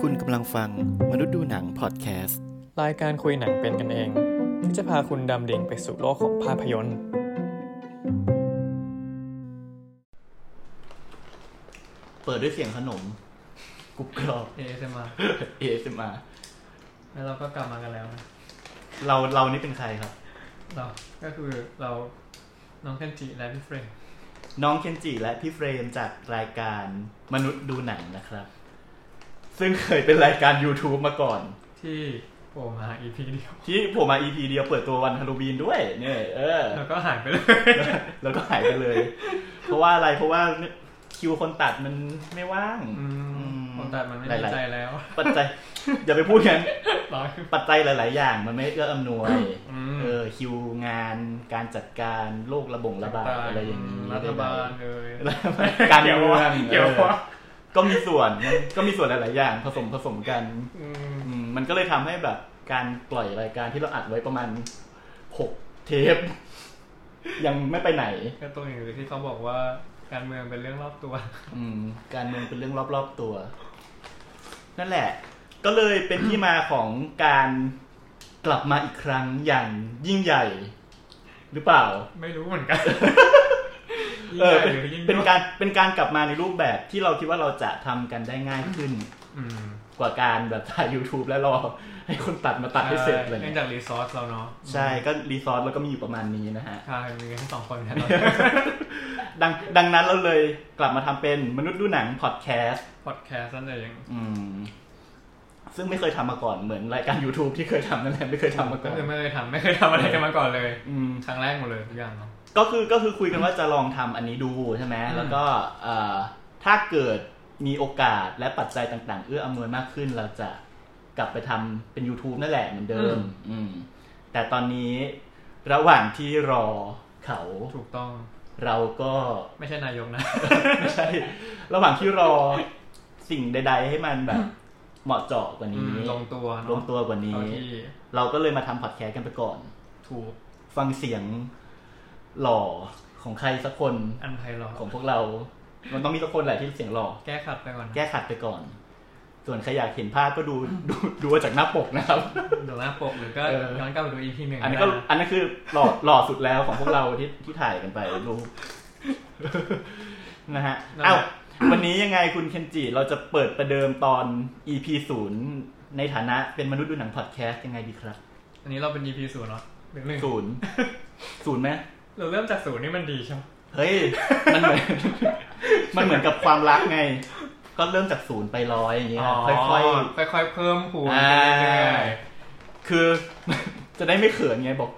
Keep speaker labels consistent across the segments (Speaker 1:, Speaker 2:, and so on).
Speaker 1: คุณกำลังฟังมนุษย์ดูหนังพอดแคสต์
Speaker 2: รายการคุยหนังเป็นกันเอง ที่จะพาคุณดำดิ่งไปสู่โลกของภาพยนตร์
Speaker 1: เปิดด้วยเสียงขนมกรุบกรอบ
Speaker 2: ASMR
Speaker 1: ASMR
Speaker 2: แล้วเราก็กลับมากันแล้วนะ
Speaker 1: เราเรานี่เป็นใครครับ
Speaker 2: เราก็คือเราน้องเคนจิและพี่เฟรม
Speaker 1: น้องเคนจิและพี่เฟรมจากรายการมนุษย์ดูหนังนะครับ ซึ่งเคยเป็นรายการ YouTube มาก่อน
Speaker 2: ที่โผล่มา EP เดียว
Speaker 1: ที่ผมมา EP เดียวเปิดตัววันฮาโลวีนด้วย เนี่ยเออ
Speaker 2: แล้วก็หายไปเลย
Speaker 1: แล้วก็หายไปเลย เพราะว่าอะไรเพราะว่าคิวคนตัดมันไม่ว่าง
Speaker 2: อืมคนตัดมันไม่มีใจแล้ว
Speaker 1: ปัจจัย อย่าไปพูดงั้น
Speaker 2: ร้อย
Speaker 1: ปัจจัยหลาย ๆ อย่างมันไม่เอื้ออำนวย
Speaker 2: อืม
Speaker 1: เออ คิวงาน การจัดการโรคระบงระบาดอะไรอย่างนี้
Speaker 2: รัฐบาลเลย
Speaker 1: รัฐบาลการเมือง
Speaker 2: เกี่ยว
Speaker 1: เอ
Speaker 2: วะ
Speaker 1: อก็มีส่วนมันก็มีส่วนหลาย ๆ อย่างผสมผสมกัน
Speaker 2: อืม
Speaker 1: อืมมันก็เลยทำให้แบบการปล่อยรายการที่เราอัดไว้ประมาณหกเทป ยังไม่ไปไหน
Speaker 2: ก็ตัวอย่างที่เขาบอกว่าการเมืองเป็นเรื่องรอบตัว
Speaker 1: อืมการเมืองเป็นเรื่องรอบๆตัว นั่นแหละ ก็เลยเป็นที่มาของการกลับมาอีกครั้งอย่างยิ่งใหญ่ หรือเปล่า
Speaker 2: ไม่รู้เหมือนกัน ยิ่ง
Speaker 1: เอ
Speaker 2: ให
Speaker 1: อเป็น
Speaker 2: ญ่หรือยิ่ง
Speaker 1: เป็น การเป็นการกลับมาในรูปแบบที่เราคิดว่าเราจะทำกันได้ง่ายขึ้น
Speaker 2: อืม
Speaker 1: กว่าการแบบถ่าย YouTube แล้วรอ ให้คนตัดมาตัดให้เสร็จอะไร
Speaker 2: เนื่อง
Speaker 1: เลย
Speaker 2: จากรีซอสเราเนาะ
Speaker 1: ใช่ก็รีซอสแล้วก็มีอยู่ประมาณนี้นะฮะ
Speaker 2: ใช่มีกันแค่สองคนนะ
Speaker 1: ดังดังนั้นเราเลยกลับมาทำเป็นมนุษย์ดูหนังพอดแคสต์
Speaker 2: พอดแคสต์นั่นเอง
Speaker 1: อืม ซึ่งไม่เคยทำมาก่อนเหมือนรายการ YouTube ที่เคยทำนั่นแหละไม่เคยทำมา
Speaker 2: ก็
Speaker 1: ก่อน
Speaker 2: คือไม่เคยทำไม่เคยทำอะไรกันมาก่อนเลย
Speaker 1: อืม
Speaker 2: ครั้งแรกหมดเลยทุกอย่างเนาะ
Speaker 1: ก็คือก็คือคุยกันว่าจะลองทำอันนี้ดูใช่ไหม
Speaker 2: อืม
Speaker 1: แล้วก็เอ่อถ้าเกิดมีโอกาสและปัจจัยต่างๆ เอื้ออำนวยมากขึ้น เราจะกลับไปทำเป็น YouTube นั่นแหละเหมือนเดิม อืม แต่ตอนนี้ระหว่างที่รอเขา
Speaker 2: ถูกต้อง
Speaker 1: เราก็
Speaker 2: ไม่ใช่นายกนะ
Speaker 1: ไม่ใช่ ระหว่างที่รอสิ่งใด ๆ ให้มันแบบ เหมาะเจาะกว่า
Speaker 2: อื
Speaker 1: นี้
Speaker 2: มลงตัวเนาะ
Speaker 1: ลงตัวกว่านี้
Speaker 2: เอาที่
Speaker 1: เราก็เลยมาทำพอดแคสต์กันไปก่อน
Speaker 2: ถูก
Speaker 1: ฟังเสียงหล่อของใครสักคน
Speaker 2: อันไพเราะ
Speaker 1: ของพวกเรา มันต้องมีสักคนแหละที่เสียงหล่อ
Speaker 2: แก้ขัดไปก่อน
Speaker 1: แก้ขัดไปก่อน ส่วนใครอยากเห็นภาพก็ดูดูดูเอาจากหน้าปกนะครับ
Speaker 2: เดี๋ยวหน้าปกหรือก็
Speaker 1: เออ
Speaker 2: ย้อนกลับไปดู EP หนึ่ง
Speaker 1: อันนี้นก็
Speaker 2: ได้ะ
Speaker 1: อันนั้นคือหล่อหล่อสุดแล้วของพวกเราที่ที่ถ่ายกันไปรู ปนะฮะเอ้าวันนี้ยังไงคุณเคนจิเราจะเปิดประเดิมตอน EP ศูนย์ในฐานะเป็นมนุษย์ดูหนังพอดแคสต์ยังไงดีครับ
Speaker 2: อันนี้เราเป็น EP ศูนย์เนาะหรือหนึ่ง
Speaker 1: ศูนย์ศูนย์ไหม
Speaker 2: เราเริ่มจากศูนย์นี่มันดีใช่ไหม
Speaker 1: เฮ้ย มันเหมือน มันเหมือนกับความรักไง ก็เริ่มจากศูนย์ไปร้อยอย่างเงี้ยค่อยๆ
Speaker 2: ค่อยๆค่อยๆเพิ่มผูน
Speaker 1: อ่า
Speaker 2: ไปเรื่อย
Speaker 1: คือ จะได้ไม่เขินไงบอก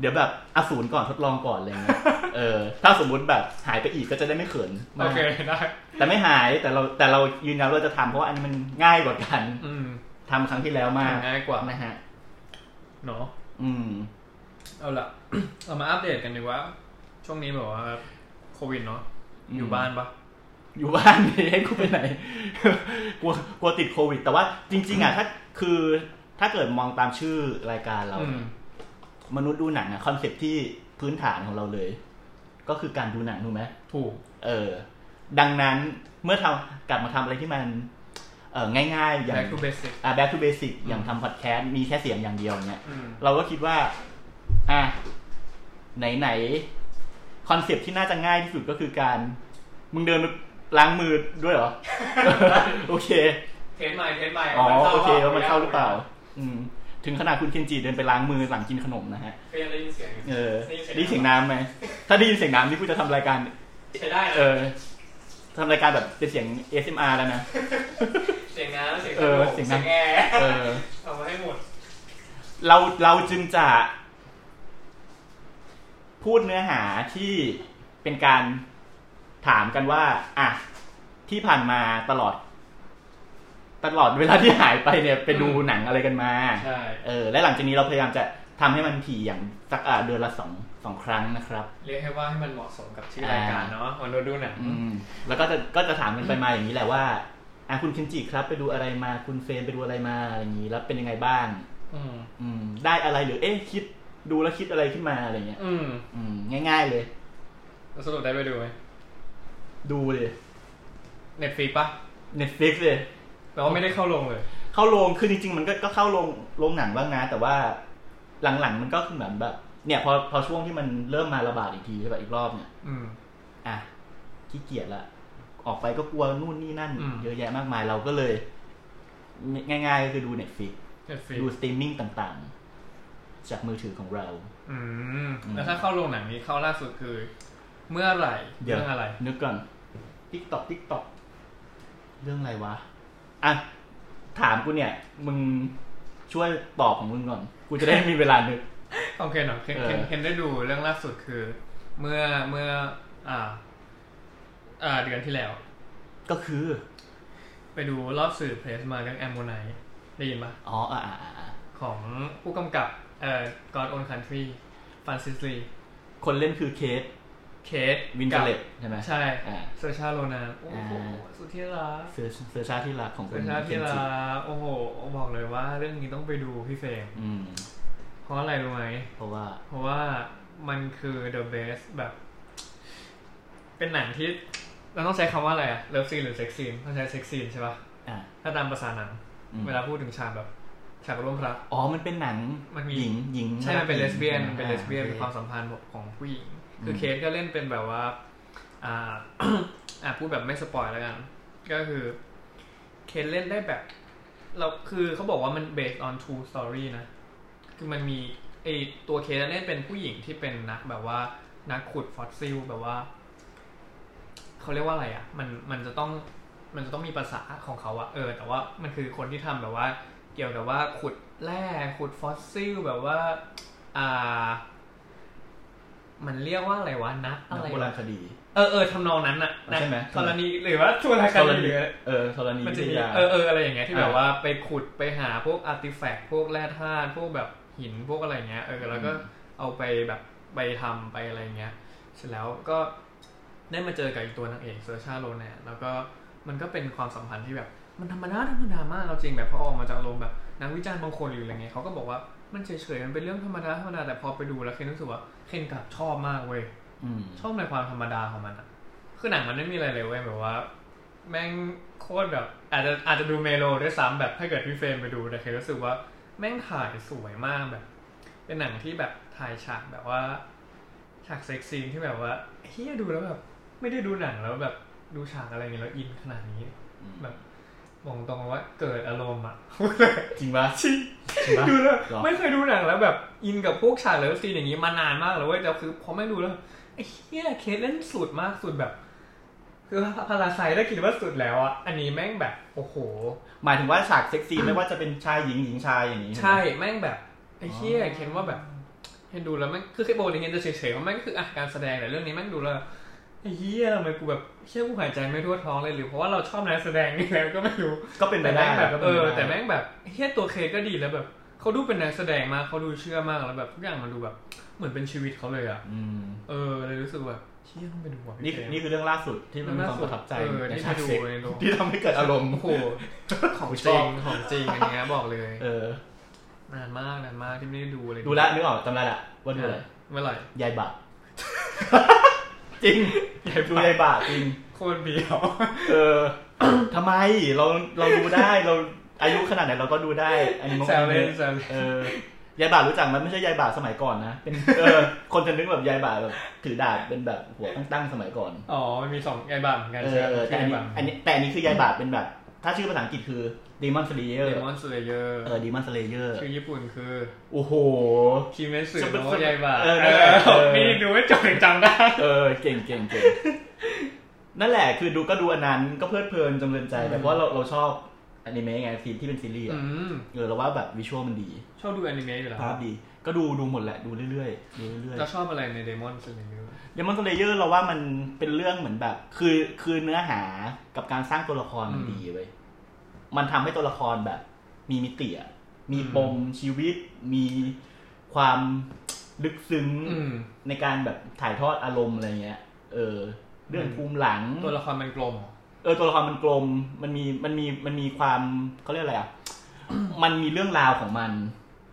Speaker 1: เดี๋ยวแบบอาศูนย์ก่อนทดลองก่อนอะไรเงี้ย เออ ถ้าสมมุติแบบหายไปอีกก็จะได้ไม่เขิน
Speaker 2: ๆ
Speaker 1: มาก
Speaker 2: โอเคได้
Speaker 1: แต่ไม่หายแต่เราแต่เรายืนยันว่าเราจะทำเพราะว่าอันนี้มันง่ายกว่ากัน
Speaker 2: อืม
Speaker 1: ทำครั้งที่แล้วมาก
Speaker 2: ง่ายกว่า
Speaker 1: นะฮะ
Speaker 2: เนาะ
Speaker 1: อืม
Speaker 2: เอาล่ะ เรามาอัปเดตกันดีกว่า ช่วงนี้แบบว่าโควิดเนาะ
Speaker 1: อืม
Speaker 2: อยู่บ้านปะ
Speaker 1: อยู่บ้านนี่ให้กูไปไหน กลัวกลัวติดโควิด แต่ว่าจริง ๆอ่ะถ้าคือถ้าเกิดมองตามชื่อรายการเรา
Speaker 2: อืม
Speaker 1: มนุษย์ดูหนังอ่ะคอนเซ็ปต์ที่พื้นฐานของเราเลย ก็คือการดูหนังถูกไหม
Speaker 2: ถูก
Speaker 1: เออ ดังนั้นเมื่อทำกลับมาทำอะไรที่มัน เออง่ายๆ อย่าง
Speaker 2: back to basic
Speaker 1: อ่า back to basic
Speaker 2: อืม
Speaker 1: อย่างทำ podcast มีแค่เสียงอย่างเดียวเนี่ย
Speaker 2: อืม
Speaker 1: เราก็คิดว่า อ่ะ ไหนๆคอนเซปที่น่าจะง่ายที่สุดก็คือการ มึงเดินไปล้างมือด้วยเหร อ โอเค
Speaker 2: เทสใหม่เทสใหม่
Speaker 1: อ๋อ โอเคว่ามันเข้าหรือเปล่า อืม ถึงขนาดคุณเคนจิเดินไปล้างมือหลังกินขนมนะฮะ
Speaker 2: ก็ยังได้ยินเสียงอยู่
Speaker 1: เออ
Speaker 2: ได้
Speaker 1: ได้
Speaker 2: ยิน
Speaker 1: ยิน
Speaker 2: เสียง
Speaker 1: เสียงน้ำไหม ถ้าได้ยินเสียงน้ำนี่กูจะทำรายการ
Speaker 2: ใช้ได้นะ
Speaker 1: เออทำรายการแบบเป็นเสียง ASMR แล้วนะ
Speaker 2: เสียงน้ำเสียง
Speaker 1: เออเสียงน้ำ
Speaker 2: แอร์
Speaker 1: เออ
Speaker 2: เอามาให้หมด
Speaker 1: เราเราจึงจะ พูดเนื้อหาที่เป็นการถามกันว่า อ่ะ ที่ผ่านมาตลอด ตลอดเวลาที่หายไปเนี่ยไปดู
Speaker 2: อืม
Speaker 1: หนังอะไรกันมา
Speaker 2: ใช่
Speaker 1: เออ และหลังจากนี้เราพยายามจะทำให้มันถี่อย่างสักอ่ะเดือนละสองสองครั้งนะครับ
Speaker 2: เรียกให้ว่าให้มันเหมาะสมกับชื่อรายการเนาะวันดูดูหนัง
Speaker 1: อืม แล้วก็จะก็จะถามกันไปมาอย่างนี้แหละว่า อ่ะคุณเคนจิครับ ไปดูอะไรมาคุณเฟรมไปดูอะไรมาอะไรอย่างนี้ แล้วเป็นยังไงบ้าง
Speaker 2: อืม
Speaker 1: อืม ได้อะไรหรือเอ๊ะคิดดูแล้วคิดอะไรขึ้นมาอะไรเงี้ย
Speaker 2: อืม
Speaker 1: อืม ง่าย ๆเลย
Speaker 2: แล้วสรุปได้ไปดูไหม
Speaker 1: ดูเลย
Speaker 2: เน็ตฟรีปะ
Speaker 1: Netflix เลย
Speaker 2: แต่ว่าไม่ได้เข้าลงเลย
Speaker 1: เข้าโรงคือจริงๆ มันก็ก็เข้าโรงโรงหนังบ้างนะ แต่ว่าหลังๆมันก็คือเหมือนแบบ เนี่ยพอพอช่วงที่มันเริ่มมาระบาดอีกทีใช่ป่ะอีกรอบเนี่ย
Speaker 2: อืม
Speaker 1: อ่ะขี้เกียจละออกไปก็กลัวนู่นนี่นั่น
Speaker 2: อืม
Speaker 1: เยอะแยะมากมายเราก็เลย ง่ายๆก็คือดูเน็ตฟิก
Speaker 2: เน็ตฟรี
Speaker 1: ดูสตรีมมิ่งต่างๆ จากมือถือของเรา
Speaker 2: อืมแล้วถ้าเข้าโรงหนังนี้เข้าล่าสุดคือ เมื่อไหร่
Speaker 1: เดี๋ยว
Speaker 2: เรื่องอะไร
Speaker 1: นึกก่อนติ๊กตอกติ๊กตอกเรื่องอะไรวะ อ่ะ ถามกูเนี่ย มึงช่วยตอบของมึงก่อน กูจะได้มีเวลา นึก
Speaker 2: โอเคเนาะเคน
Speaker 1: เออ
Speaker 2: เคนเคนได้ดูเรื่องล่าสุดคือ เมื่อเมื่อ อ่า อ่าเดือนที่แล้ว
Speaker 1: ก็คือ
Speaker 2: ไปดูรอบสื่อเพรสมาเรื่องแอมโมไนได้ยินปะ
Speaker 1: อ๋ออ่าอ่าอ่าอ่า
Speaker 2: ของผู้กำกับเอ่อ God Own Country ฟรานซิสลี
Speaker 1: คนเล่นคือเคส
Speaker 2: เคท
Speaker 1: วินเทเลตใช่ไหม
Speaker 2: ใช่
Speaker 1: อ่า
Speaker 2: เซอร์ชาโรนานโอ้โห
Speaker 1: อ่า
Speaker 2: สุดที่รัก
Speaker 1: เสื้อเสื้อชาติที่รักของ
Speaker 2: เซ
Speaker 1: คุ
Speaker 2: อ
Speaker 1: ณ
Speaker 2: ร์ชาที่รั
Speaker 1: เคนจิ
Speaker 2: กโอ้โห บอกเลยว่าเรื่องนี้ต้องไปดูพี่เฟรม
Speaker 1: อืม
Speaker 2: เพราะอะไรรู้ไหม
Speaker 1: เพราะว่า
Speaker 2: เพราะว่ามันคือ the best แบบ เป็นหนังที่ เราต้องใช้คำว่าอะไรอะเลิฟซีนหรือเซ็กซีนต้องใช้เซ็กซีนใช่ปะ
Speaker 1: อ่า
Speaker 2: ถ้าตามภาษาหนัง
Speaker 1: อืม
Speaker 2: เวลาพูดถึงฉากแบบฉากร่วมรัก
Speaker 1: อ๋อ มันเป็นหนัง
Speaker 2: มันมี
Speaker 1: หญิงหญิง
Speaker 2: ใช่ มันเป็นเลสเบี้ยน
Speaker 1: อ่า
Speaker 2: เป็นเลสเบี้ยน
Speaker 1: โอ
Speaker 2: เป็น
Speaker 1: ค
Speaker 2: ความสัมพันธ์ของผู้หญิง
Speaker 1: อืม
Speaker 2: คือเคสก็เล่นเป็นแบบว่า อ่า อ่าพูดแบบไม่สปอยแล้วกัน ก็คือ เคสเล่นได้แบบ เราคือเขาบอกว่ามัน based on true story นะ คือมันมีไอตัวเคสเล่นเป็นผู้หญิงที่เป็นนักแบบว่า นักขุดฟอสซิลแบบว่า เขาเรียกว่าอะไรอ่ะ มันมันจะต้องมันจะต้องมีภาษาของเขาอะเออ แต่ว่ามันคือคนที่ทำแบบว่า เกี่ยวกับว่าขุดแร่ขุดฟอสซิลแบบว่า อ่า มันเรียกว่าอะไรวะนัก
Speaker 1: หนั
Speaker 2: อะ
Speaker 1: ง
Speaker 2: ไร
Speaker 1: โบราณ
Speaker 2: วะ
Speaker 1: คดี
Speaker 2: เออเออทำนองนั้นอะ
Speaker 1: ใช่ไหม
Speaker 2: ธรณีหรือว่าชวนอะไร
Speaker 1: ธ
Speaker 2: กัน
Speaker 1: ร
Speaker 2: ห
Speaker 1: ณี
Speaker 2: รือ
Speaker 1: เออธรณี
Speaker 2: มัน
Speaker 1: วิ
Speaker 2: จะ
Speaker 1: ท
Speaker 2: มี
Speaker 1: ยา
Speaker 2: เออเอออะไรอย่างเงี้ยที่
Speaker 1: อ่า
Speaker 2: แบบว่าไปขุดไปหาพวกอาร์ติแฟกต์พวกแร่ธาตุพวกแบบหินพวกอะไรเงี้ยเออแล้วก็เอาไปแบบไปทำไปอะไรเงี้ย เสร็จแล้วก็ได้มาเจอกับอีกตัวนางเอกเซอร์ชาโรแนนแล้วก็มันก็เป็นความสัมพันธ์ที่แบบ มันธรรมดาธรรมดามากเราจริงแบบพอออกมาจากอารมณ์แบบนักวิจารณ์บางคนหรืออะไรเงี้ยเขาก็บอกว่ามันเฉยๆมันเป็นเรื่องธรรมดาธรรมดาแต่พอไปดูแล้วเคนรู้สึกว่าเคนกลับชอบมากเว้ย
Speaker 1: อืม
Speaker 2: ชอบในความธรรมดาของมันอะคือหนังมันไม่มีอะไรเลยเว้ยแบบว่า แม่งโคตรแบบ อาจจะอาจจะดูเมโลด้วยซ้ำแบบถ้าเกิดพี่เฟรมไปดูแต่เคยรู้สึกว่าแม่งถ่ายสวยมากแบบ เป็นหนังที่แบบถ่ายฉากแบบว่า ฉากเซ็กซีนที่แบบว่าเฮียดูแล้วแบบ ไม่ได้ดูหนังแล้วแบบดูฉากอะไรอย่างเงี้ยแล้วอินขนาดนี้
Speaker 1: อืม
Speaker 2: แบบบอกตรงว่าเกิดอารมณ์อะ
Speaker 1: จริงปะ
Speaker 2: จริง
Speaker 1: จริงปะ
Speaker 2: ดูแล้ว
Speaker 1: หรอ
Speaker 2: ไม่เคยดูหนังแล้วแบบอินกับพวกฉากเลิฟซีนอย่างนี้มานานมากแล้วเว้ยแต่คือพอไม่ดูแล้วไอ้เฮียเคสเล่นสุดมากสุดแบบ คือพาราไซได้คิดว่าสุดแล้วอ่ะอันนี้แม่งแบบโอ้โห
Speaker 1: หมายถึงว่าฉากเซ็กซี่ไม่ว่าจะเป็นชายหญิงหญิงชายอย่างนี้
Speaker 2: ใช่แม่งแบบไอ้เฮียเคนว่าแบบเคนดูแล้วแม่งคือเคยโบนเคนจะเฉยๆว่าแม่งก็คืออ่ะการแสดงแต่เรื่องนี้แม่งดูแล้วไอ้เฮียทำไมกูแบบเฮียกูหายใจไม่ทั่วท้องเลยหรือเพราะว่าเราชอบนักแสดงนี่แล้วก็ไม่รู้
Speaker 1: ก็เป็นไป
Speaker 2: แต่
Speaker 1: ได้
Speaker 2: แม่งแบบ
Speaker 1: ก็ป็
Speaker 2: เอน
Speaker 1: ไป
Speaker 2: อ
Speaker 1: ได้
Speaker 2: แต่แม่งแบบเฮียตัวเคก็ดีแล้วแบบเขาดูเป็นนักแสดงมากเขาดูเชื่อมากแล้วแบบทุกอย่างมันดูแบบเหมือนเป็นชีวิตเขาเลยอ่ะ
Speaker 1: อืม
Speaker 2: เออเลยรู้สึกแบบเฮียต้องไปดูว่ะ
Speaker 1: นี่
Speaker 2: พี่
Speaker 1: คือนี่คือ
Speaker 2: เจมส์
Speaker 1: เรื่องล่าสุดที่มันมีความประทับใจ
Speaker 2: เออ
Speaker 1: ใน
Speaker 2: ที่ไป
Speaker 1: ฉาก
Speaker 2: ดู
Speaker 1: เซ็กซ์
Speaker 2: ในโรง
Speaker 1: ที่ทำให้เกิดอารมณ์
Speaker 2: โอ้โหของจริงของจริงอันเนี้ยบอกเลย
Speaker 1: เออ
Speaker 2: นานมากนานมากที่ไม่ได้ดูเลย
Speaker 1: ดูละนึกออกจำได้ละว่าดูอะไร
Speaker 2: เมื่อไหร่
Speaker 1: ยายบาท จริงดูยายบาทจริง
Speaker 2: โคตรเบี ยว
Speaker 1: เออ ทำไมเราเราดูได้เราอายุขนาดไหนเราก็ดูได้อันนี้มัน
Speaker 2: แซวเล่นแซวเล่น
Speaker 1: เออยายบาทรู้จักมันไม่ใช่ยายบาทสมัยก่อนนะเป็นเออ คนจะนึกแบบยายบาทแบบถือดาบเป็นแบบหัวตั้งๆสมัยก่อน
Speaker 2: อ๋อมันมีสองไอ้บัมกัน
Speaker 1: เอ
Speaker 2: ใช่
Speaker 1: อแต่อันนี้
Speaker 2: ไหมไบัม
Speaker 1: อันนี้แต่อันนี้คือยายบาทเป็นแบบ ถ้าชื่อภาษาอังกฤษคือ Demon Slayer
Speaker 2: เดมอนสเลเยอร์
Speaker 1: เออ Demon Slayer
Speaker 2: ชื่อญี่ปุ่นคือ
Speaker 1: โอ้โห
Speaker 2: คิเมสึ
Speaker 1: จะเป็น
Speaker 2: โนะยายบะ
Speaker 1: เออนั่นแหละ
Speaker 2: เออ
Speaker 1: เออ
Speaker 2: นี่ดูไม่จบยังจำได้
Speaker 1: เออ เก่งเก่งเก่งนั่นแหละคือดูก็ดูอันนั้นก็เพลิดเพลินจำเริญใจแต่เพราะเราเราชอบอนิเมะไงซีที่เป็นซีรีส์
Speaker 2: อื
Speaker 1: อะ
Speaker 2: ม
Speaker 1: เออเราว่าแบบวิชวลมันดี
Speaker 2: ชอบดูอนิเมะอยู่แล้ว
Speaker 1: ภาพดี ก็ดูดูหมดแหละดูเรื่อยๆดูเรื่อย
Speaker 2: เราชอบอะไรในเดมอนสเลเยอร์
Speaker 1: ๆ Demon Slayer เราว่ามันเป็นเรื่องเหมือนแบบ คือคือเนื้อหากับการสร้างตัวละครมันดีเว้ยมันทำให้ตัวละครแบบ มีมิติอะมีปมชีวิต มีความลึกซึ้ง
Speaker 2: อืม
Speaker 1: ในการแบบถ่ายทอดอารมณ์อะไรเงี้ย เออ เรื่อง
Speaker 2: อืม
Speaker 1: ภูมิหลัง
Speaker 2: ตัวละครมันกลม
Speaker 1: เออตัวละครมันกลม มันมีมันมีมันมีความเขาเรียกอะไรอ่ะ มันมีเรื่องราวของมัน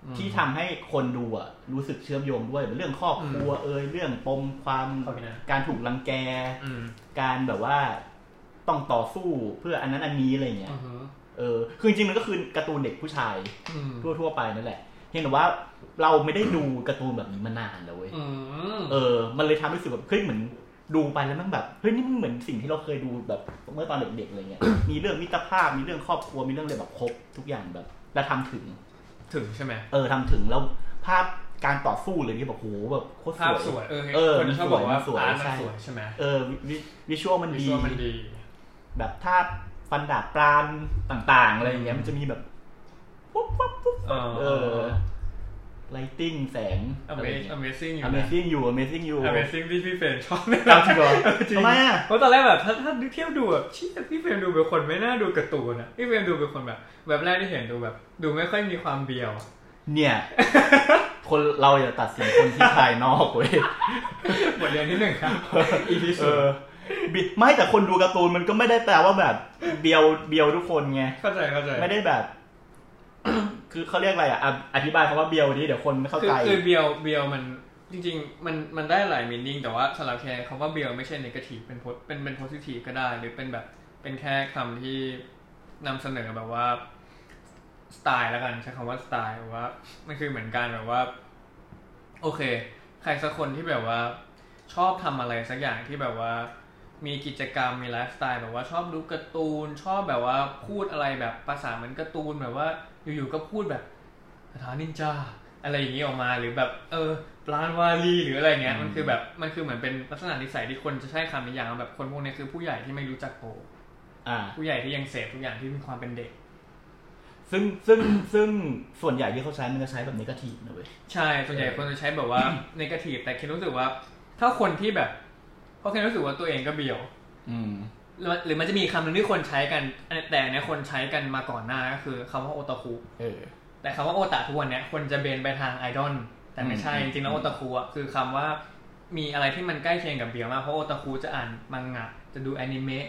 Speaker 2: อืม
Speaker 1: ที่ทำให้คนดูอ่ะรู้สึกเชื่อมโยงด้วยเป็นเรื่องครอบครัวเอยเรื่องปมความ
Speaker 2: ขอบคุณนะ
Speaker 1: การถูกรังแก
Speaker 2: อืม
Speaker 1: การแบบว่าต้องต่อสู้เพื่ออันนั้นอันนี้อะไรอย่างเงี้ย
Speaker 2: อือฮึ
Speaker 1: เอ เออคือจริงๆมันก็คือการ์ตูนเด็กผู้ชาย
Speaker 2: อืม
Speaker 1: ทั่วๆไปนั่นแหละเพียงแต่ว่าเราไม่ได้ดูการ์ตูนแบบนี้มานานแล้วเว้ย
Speaker 2: อืม
Speaker 1: เออ มันเลยทำให้รู้สึกแบบเฮ้ยเหมือนดูไปแล้วมันแบบเฮ้ยนี่มันเหมือนสิ่งที่เราเคยดูแบบเมื่อตอนเด็กๆอะไรเงี้ย มีเรื่องมิตรภาพ มีเรื่องครอบครัว มีเรื่องอะไรแบบครบทุกอย่างแบบ แล้วทำถึง
Speaker 2: ถึงใช่ไหม
Speaker 1: เออทำถึงแล้วภาพการต่อสู้เลยนี่แบบโหแบบโคตร
Speaker 2: ภาพ
Speaker 1: ส
Speaker 2: ส
Speaker 1: วย
Speaker 2: วยเออ
Speaker 1: เออ
Speaker 2: คนชอบบอกว่า
Speaker 1: มันสวย
Speaker 2: อาร์ต
Speaker 1: ใช่
Speaker 2: มันสวยใช่ไหม
Speaker 1: เออวิวิชวลมัน
Speaker 2: วิ
Speaker 1: ดี
Speaker 2: ชวลมันดี
Speaker 1: แบบท่าฟันดาบปรามต่างๆอะไรอย่างเงี้ยมันจะมีแบบปุ๊บปุ๊บปุ๊บ
Speaker 2: เออ
Speaker 1: เออไลติ้งแสงอะไรอย่าง
Speaker 2: Amazing
Speaker 1: เงี้ย
Speaker 2: Amazing อยู่นะ
Speaker 1: Amazing อยู่ Amazing อยู่
Speaker 2: Amazing ที่พี่เฟรนชอบเนี่ย
Speaker 1: เอาจริงเหรอทำไมอ่ะ
Speaker 2: เพราะตอนแรกแบบถ้าถ้าดูเที่ยวดูแบบชี้แต่พี่เฟรมดูเป็นคนไม่น่าดูการ์ตูนอะพี่เฟรมดูเป็นคนแบบ แบบแรกที่เห็นดูแบบ ดูไม่ค่อยมีความเบียว
Speaker 1: เนี่ย คนเราอย่าตัดสินคนที่ภายนอกเว้ย
Speaker 2: บทเรียนที่หนึ่งครับ อี พี
Speaker 1: เอ
Speaker 2: สุด
Speaker 1: อบิไม่แต่คนดูการ์ตูนมันก็ไม่ได้แปลว่าแบบเบียวเบียวทุกคนไง
Speaker 2: เข้าใจเข้าใจ
Speaker 1: ไม่ได้แบบ คือเขาเรียกอะไรอ่ะอ่ะอธิบายคำว่าเบียวนี้เดี๋ยวคนไม่เข้า
Speaker 2: คือ
Speaker 1: ใจ
Speaker 2: คือเบียวเบียวมันจริง ๆ มันมันได้หลายมินิ่งแต่ว่าสำหรับแคร์คำว่าเบียวไม่ใช่นกาทีฟเป็นโพเป็นเป็นโพซิทีฟก็ได้ หรือเป็นแบบเป็นแค่คำที่นำเสนอแบบว่าสไตล์แล้วกันใช้คำว่าสไตล์แบบว่ามันคือเหมือนกันแบบว่า โอเค ใครสักคนที่แบบว่า ชอบทำอะไรสักอย่างที่แบบว่า มีกิจกรรมมีไลฟ์สไตล์แบบว่าชอบดูการ์ตูน ชอบแบบว่าพูดอะไรแบบภาษาเหมือนการ์ตูนแบบว่า อยู่ๆก็พูดแบบคาถานินจาอะไรอย่างนี้ออกมาหรือแบบ เออปลานวาลีหรืออะไรเงี้ย
Speaker 1: อืม
Speaker 2: มันคือแบบมันคือเหมือนเป็นลักษณะนิสัยที่คนจะใช้คำนิยามแบบคนพวกนี้คือผู้ใหญ่ที่ไม่รู้จักโต
Speaker 1: อ่า
Speaker 2: ผู้ใหญ่ที่ยังเสพทุกอย่างที่มีความเป็นเด็ก
Speaker 1: ซึ่งซึ่งซึ่งส่วนใหญ่ที่เขาใช้มันจะใช้แบบนกาทีฟนะเว้ย
Speaker 2: ใช่ส่วนใหญ่คนจะ ใช้แบบว่า นกาทีฟแต่เคนรู้สึกว่า ถ้าคนที่แบบเพราะเคนรู้สึกว่าตัวเองก็เบียว
Speaker 1: อืม
Speaker 2: หรือหรือมันจะมีคำหนึ่งที่คนใช้กัน แต่อันเนี้ยคนใช้กันมาก่อนหน้าก็คือคำว่าโอตาคุ
Speaker 1: เออ
Speaker 2: แต่คำว่าโอตาทุกวันเนี้ยคนจะเบนไปทางไอดอลแต่ไม่ใช่
Speaker 1: อืม
Speaker 2: จริงๆแล้วโอตาคุอ่ะคือคำว่ามีอะไรที่มันใกล้เคียงกับเบียร์มากเพราะโอตาคุจะอ่านมังงะจะดูอนิเมะ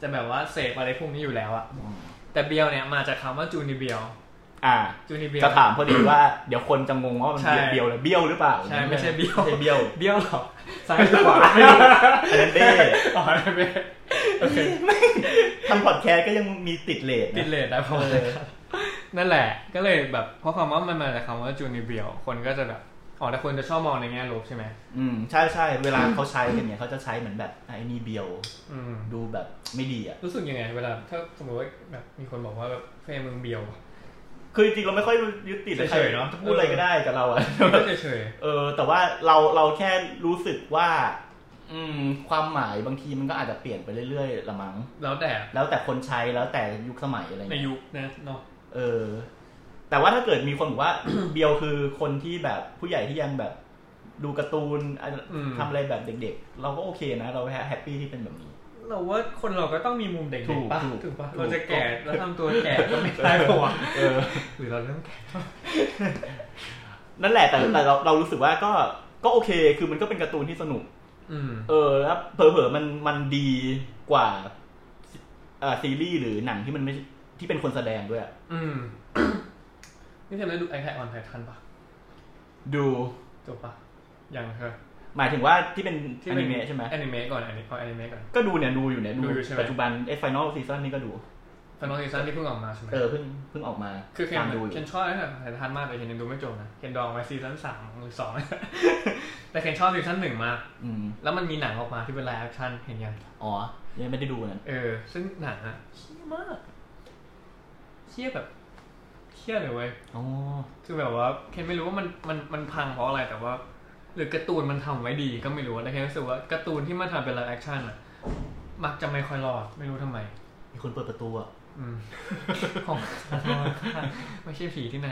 Speaker 2: จะแบบว่าเสพอะไรพวกนี้อยู่แล้วอ่ะ
Speaker 1: อืม
Speaker 2: แต่เบียร์เนี่ยมาจากคำว่าจูนิเบียร์
Speaker 1: อ่า
Speaker 2: จูนิเบีย
Speaker 1: จะ
Speaker 2: ร์
Speaker 1: ถามพอดีว่า เดี๋ยวคนจะงงว่ามัน
Speaker 2: ใช่
Speaker 1: เบียวหรือเบี้ยวหรือเปล่า
Speaker 2: ใช่ไม่ใช่เบี้ยว
Speaker 1: ไม่ใช่เบี้ยว
Speaker 2: เบียร์เหรอซ้ายหรือขวาไม่รู้
Speaker 1: อันนั้นเด้
Speaker 2: อ๋อไม่เป็นโอเค
Speaker 1: ทำพอดแคสต์ก็ยังมีติดเลทนะ
Speaker 2: ติดเลทได้พอ
Speaker 1: เออ
Speaker 2: เลยครับนั่นแหละ ก็เลยแบบเพราะคำว่ามันมาจากคำว่าจูนิเบียลคนก็จะแบบอ๋อแต่คนจะชอบมองในแง่ลบใช่ไหม
Speaker 1: อืมใช่ใช่เวลาเขาใช้กันเนี่ยเขาจะใช้เหมือนแบบอ่ะไอ้นี่เบียว
Speaker 2: อืม
Speaker 1: ดูแบบไม่ดีอ่ะ
Speaker 2: รู้สึกยังไงเวลาถ้าสมมติว่าแบบมีคนบอกว่าแบบเฟรมมึงเบียว
Speaker 1: คือจริงๆเราไม่ค่อยยึดติดกับใคร
Speaker 2: เฉยๆเนอะ
Speaker 1: จพูดอะไรก็ได้กับเราอ่ะ
Speaker 2: ก็เฉย
Speaker 1: เออ แต่ว่าเราเราแค่รู้สึกว่า อืม ความหมายบางทีมันก็อาจจะเปลี่ยนไปเรื่อยๆละมั้ง
Speaker 2: ๆแล้วแต่
Speaker 1: แล้วแต่คนใช้แล้วแต่ยุคสมัยอะไร
Speaker 2: ใน
Speaker 1: เงี้ย
Speaker 2: ยุคนะเนาะ
Speaker 1: เออ แต่ว่าถ้าเกิดมีคนบอกว่า เบียวคือคนที่แบบผู้ใหญ่ที่ยังแบบดูการ์ตูนอ่ะ
Speaker 2: อืม
Speaker 1: ทำอะไรแบบเด็ก ๆ เราก็โอเคนะ เราแฮปปี้ที่เป็นแบบนี้
Speaker 2: เราว่าคนเราก็ต้องมีมุมเด็ก
Speaker 1: ถูก
Speaker 2: ๆป่ะ
Speaker 1: ถูก
Speaker 2: ถูกป่ะ
Speaker 1: ถูก
Speaker 2: เราจะแก่แล้วทำตัวแก่ก็ไม่ได้ปะวะ
Speaker 1: เออ
Speaker 2: หรือเราเริ่มแก่
Speaker 1: นั่นแหละแต่แต่เราเรารู้สึกว่าก็ก็โอเค คือมันก็เป็นการ์ตูนที่สนุก
Speaker 2: อืม
Speaker 1: เออแล้วเผลอๆมันมันดีกว่าเอ่อซีรีส์หรือหนังที่มันไม่ที่เป็นคนแสดงด้วยอะ
Speaker 2: อืม นี่เทำได้ดูไอแคออนไททันป่ะ
Speaker 1: ดู
Speaker 2: จบป่ะยังใช่ไหม
Speaker 1: หมายถึงว่าที่เป็น
Speaker 2: ที่
Speaker 1: อ
Speaker 2: ป็
Speaker 1: นิเมะใช่ไหม
Speaker 2: แอนิเมะก่อนแอนิเอาแอนิเมะก่อน
Speaker 1: ก็ดูเนี่ยดูอยู่เนี่ยดู
Speaker 2: ดูอยู่ใช่ไหม
Speaker 1: ปัจจุบันไอ้ไฟนอลซีซั่นนี่ก็ดู
Speaker 2: ฟนอลซีซั่นที่เพิ่งออกมาใช่ไหม
Speaker 1: เออเพิ่งเพิ่งออกมา
Speaker 2: คือเคน
Speaker 1: ตามดูอยู่
Speaker 2: เคนชอบตั้งแต่ไททันมากแต่เคนยังดูไม่จบนะเคนดองไว้ซีซั่นสามหรือสอง แต่เคนชอบซีซั่นหนึ่งมาก
Speaker 1: อืม
Speaker 2: แล้วมันมีหนังออกมาที่เป็นไลฟ์แอคชั่นเห็นยัง
Speaker 1: อ๋อยังไม่ได้ดูอันนั้น
Speaker 2: เออ ซึ่งหนังอะเชี่ยมากเชี่ยแบบเชี่ยเลยเว้ย
Speaker 1: อ๋อ
Speaker 2: คือแบบว่าเคนไม่รู้ว่ามันมันมันพังเพราะอะไรแต่ว่า หรือการ์ตูนมันทำไว้ดีก็ไม่รู้แต่เคนรู้สึกว่าการ์ตูนที่มันทำเป็นไลฟ์แอคชั่นอะมักจะไม่ค่อยรอดไม่รู้ทำไม
Speaker 1: มีคนเปิดประตูอ่ะ
Speaker 2: อื มของไม่ใช่ผีที่ไหน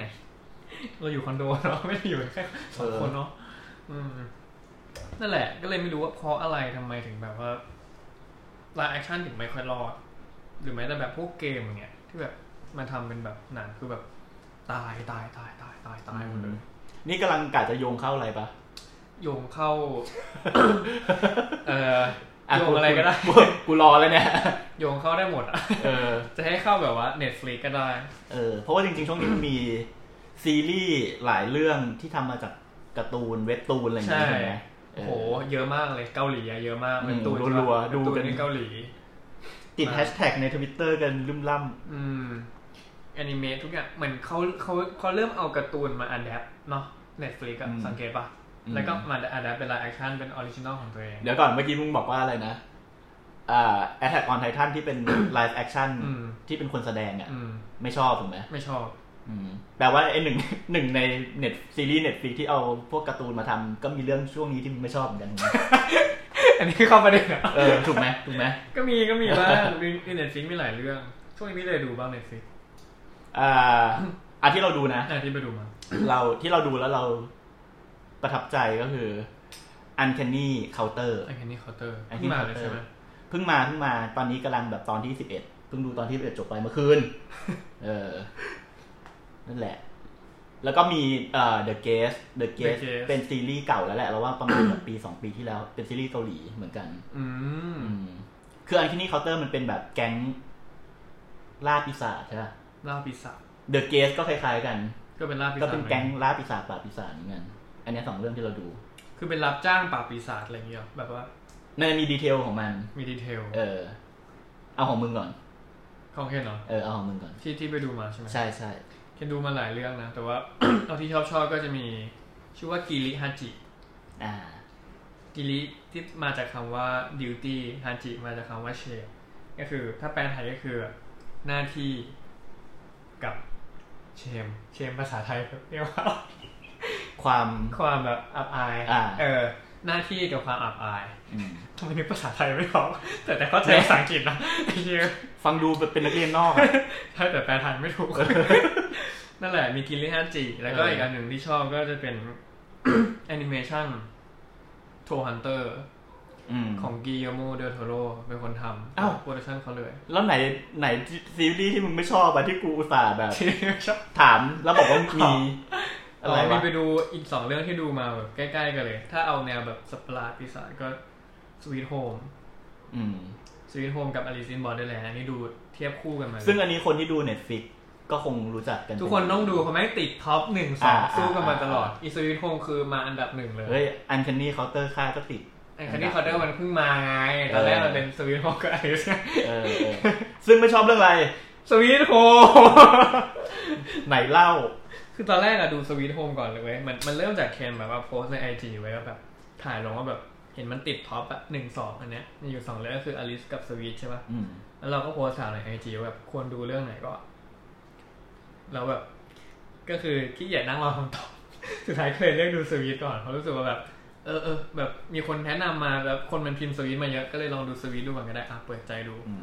Speaker 2: เราอยู่คอนโดเนาะ ไม่ได้อยู่แค่สองคนเนาะอืมนั่นแหละ ก็เลยไม่รู้ว่าเพราะอะไรทำไมถึงแบบว่าลายแอคชั่นถึงไม่ค่อยรอด หรือแม้แต่แบบพวกเกมอย่างเงี้ย ที่แบบมาทำเป็นแบบหนังคือแบบ ตายตายตายตายตายตายหมดเลย
Speaker 1: นี่กำลังกะจะโยงเข้าอะไรปะ
Speaker 2: โยงเข้ า เอ่อโยงอะไรก็ได้
Speaker 1: กูกูรอแล้วเนี่ย
Speaker 2: โยงเข้าได้หมดอะ
Speaker 1: เออ
Speaker 2: จะให้เข้าแบบว่า Netflix ก็ได้
Speaker 1: เออเพราะว่าจริงๆ ช่วงนี้มันมีซีรีส์หลายเรื่องที่ทำมาจากการ์ตูนเว็บตูนอะไรอย่างเงี้ย
Speaker 2: ใช่
Speaker 1: ใช่ไหมเอ
Speaker 2: โอ้
Speaker 1: อ
Speaker 2: โห เยอะมากเลย เกาหลีอะเยอะมาก
Speaker 1: อืม
Speaker 2: เป็นตูน
Speaker 1: รัวๆ
Speaker 2: ใช่ปะ
Speaker 1: ดู
Speaker 2: เป็
Speaker 1: กัน
Speaker 2: นตูนในเกาหลี
Speaker 1: ติด
Speaker 2: มา
Speaker 1: แฮชแท็กในทวิตเตอร์กันลืมล่
Speaker 2: อืม แอนิเมะทุกอย่างเหมือนเขาเขาเขาเริ่มเอาการ์ตูนมาอัดแอปเนาะ Netflix อะ
Speaker 1: อืม
Speaker 2: สังเกตปะ
Speaker 1: อืม
Speaker 2: แล้วก็มาอัดแอปเป็นไลฟ์แอคชั่นเป็นออริจินอลของตัวเอง
Speaker 1: เดี๋ยวก่อนเมื่อกี้มึงบอกว่าอะไรนะอ่า Attack on Titan ที่เป็น live action
Speaker 2: อืม
Speaker 1: ที่เป็นคนแสดงอ่ะ
Speaker 2: อืม
Speaker 1: ไม่ชอบถูกไหม
Speaker 2: ไม่ชอบ
Speaker 1: อืมแปลว่าไอ้หนึ่ง หนึ่งในเน็ตซีรีส์ Netflix ที่เอาพวกการ์ตูนมาทำก็มีเรื่องช่วงนี้ที่มึงไม่ชอบเหมือนกันถูกไหม
Speaker 2: อันนี้เข้าประเด็นเหรอ
Speaker 1: เออถูกไหมถูกไหม
Speaker 2: ก็มีก็มีบ้าง ในเน็ตฟิกมีหลายเรื่อง ช่วงนี้ไม่ได้ดูบ้างเน็ตฟิก
Speaker 1: อ่าอันที่เราดูนะ
Speaker 2: อ่ะที่ไปดูมา
Speaker 1: เราที่เราดูแล้วเราประทับใจก็คือ Uncanny Counter
Speaker 2: ไอแคนนี่คอเตอร์
Speaker 1: ไอ้ที่
Speaker 2: ที่งมา
Speaker 1: เคาน์
Speaker 2: เลย
Speaker 1: เตอร์
Speaker 2: ใช่ไหม
Speaker 1: เพิ่งมาเพิ่งมาตอนนี้กำลังแบบตอนที่สิบเอ็ดเพิ่งดูตอนที่สิบเอ็ดจบไปเมื่อคืน เออ นั่นแหละ แล้วก็มีเอ่อ The Guest The Guest
Speaker 2: Guest
Speaker 1: เป็นซีรีส์เก่าแล้วแหละเราว่าประมาณ แบบปีสองปีที่แล้ว เป็นซีรีส์เกาหลีเหมือนกัน
Speaker 2: อืม
Speaker 1: อืม คืออันที่นี่เคาน์เตอร์มันเป็นแบบแก๊งล่าปีศาจใช่ป่ะ
Speaker 2: ล่าปีศาจ
Speaker 1: The Guest ก็คล้ายๆกัน
Speaker 2: ก็เป็นล่าปีศาจ
Speaker 1: ก็เป็นแก๊ง
Speaker 2: หมือ
Speaker 1: ล่าปีศาจปราบปีศาจเหมือนกัน อันเนี้ยสองเรื่องที่เราดู
Speaker 2: นคือเป็นรับจ้างปราบปีศาจอะไรอย่างเงี้ย แบบว่า
Speaker 1: ในมีดีเทลของมัน
Speaker 2: มีดีเทล
Speaker 1: เออ เอาของมึงก่อน
Speaker 2: ของเคนเหรอ
Speaker 1: เออ เอาของมึงก่อน
Speaker 2: ที่ที่ไปดูมาใช่ไหม
Speaker 1: ใช่ใช่
Speaker 2: เคนดูมาหลายเรื่องนะ แต่ว่า เอาที่ชอบชอบก็จะมี ชื่อว่ากิริฮาจิ
Speaker 1: อ่า
Speaker 2: กิริที่มาจากคำว่า duty ฮาจิมาจากคำว่า share ก็คือ ถ้าแปลไทยก็คือหน้าที่กับเชม เชมภาษาไทยเรียกว่า
Speaker 1: ความ
Speaker 2: ความแบบอับอาย
Speaker 1: อ่า
Speaker 2: เออ หน้าที่กับความอับอาย
Speaker 1: อืม
Speaker 2: ทำไมนึกภาษาไทยไม่ออกแต่แต่เข้าใจภาษาอังกฤษนะ ไอ้เหี้ย
Speaker 1: ฟังดูเป็นนักเรียนน อกอะ
Speaker 2: ถ้าแต่แปลไทยไม่ถูก นั่นแหละ มีกิริฮาจิ แล้วก็
Speaker 1: เอออี
Speaker 2: อีกอันหนึ่งที่ชอบก็จะเป็น แอนิเมชันโทฮันเตอร์
Speaker 1: อืม
Speaker 2: ของกิโยโมเดลโทโรเป็นคนทำ
Speaker 1: อ้าว
Speaker 2: โปรดักชันเขา เลย
Speaker 1: แล้วไหนไหนซีรีส์ที่มึงไม่ชอบอะที่กูอุตส่าห์แบบ
Speaker 2: ที่ชอบ
Speaker 1: ถามแล้วบอกว่ามี อะไร
Speaker 2: มี
Speaker 1: วะ
Speaker 2: ไปดูอีกสองเรื่องที่ดูมาแบบใกล้ๆกันเลย ถ้าเอาแนวแบบสตว์ปาร์ตปีศาจก็สวีทโฮม
Speaker 1: อืม
Speaker 2: สวีทโฮมกับอลิซินบอร์เดอร์แลนด์อันนี้ดูเทียบคู่กันมาเลย
Speaker 1: ซึ่งอันนี้คนที่ดูเน็ตฟิกก็คงรู้จักกัน
Speaker 2: ทุกคนต้องดูเขาแม่งติดท็อปหนึ่งสอง
Speaker 1: อ่า
Speaker 2: สู้กันมา
Speaker 1: อ่า
Speaker 2: ตลอดอีสวีทโฮมคือมาอันดับหนึ่งเลย
Speaker 1: เฮ้ย อันคันนี่เคาน์เตอร์ค่าก็ติด
Speaker 2: ไอ้คันนี้คอร์เดอร์มันเพิ่งมาไงตอนแรกมันเป็นสวีทโฮมกับอลิซ
Speaker 1: เออเออ ซึ่งไม่ชอบเรื่องอะไร
Speaker 2: สวีทโฮม
Speaker 1: ไหนเล่า
Speaker 2: คือตอนแรกอะดูสวีทโฮมก่อนเลยเว้ยมันมันเริ่มจากเคนแบบว่าโพสต์ในไอจีไว้ว่าแบบ ถ่ายลงว่าแบบเห็นมันติดท็อปอะหนึ่งสองอันเนี้ยมีอยู่สองเรื่องก็คืออลิสกับสวีทใช่ปะ
Speaker 1: อืม
Speaker 2: แล้วเราก็โพสต์ถามในไอจีแบบควรดูเรื่องไหนก็แล้วแบบ ก็คือขี้เกียจนั่งรอคำตอบ สุดท้ายเคยเลือกดูสวีทก่อนเพราะรู้สึกว่าแบบ เออเออแบบมีคนแนะนำมาแล้วคนมันพิมพ์สวีทมาเยอะก็เลยลองดูสวีทดูก่อนก็ได้อ่ะเปิดใจดู
Speaker 1: อืม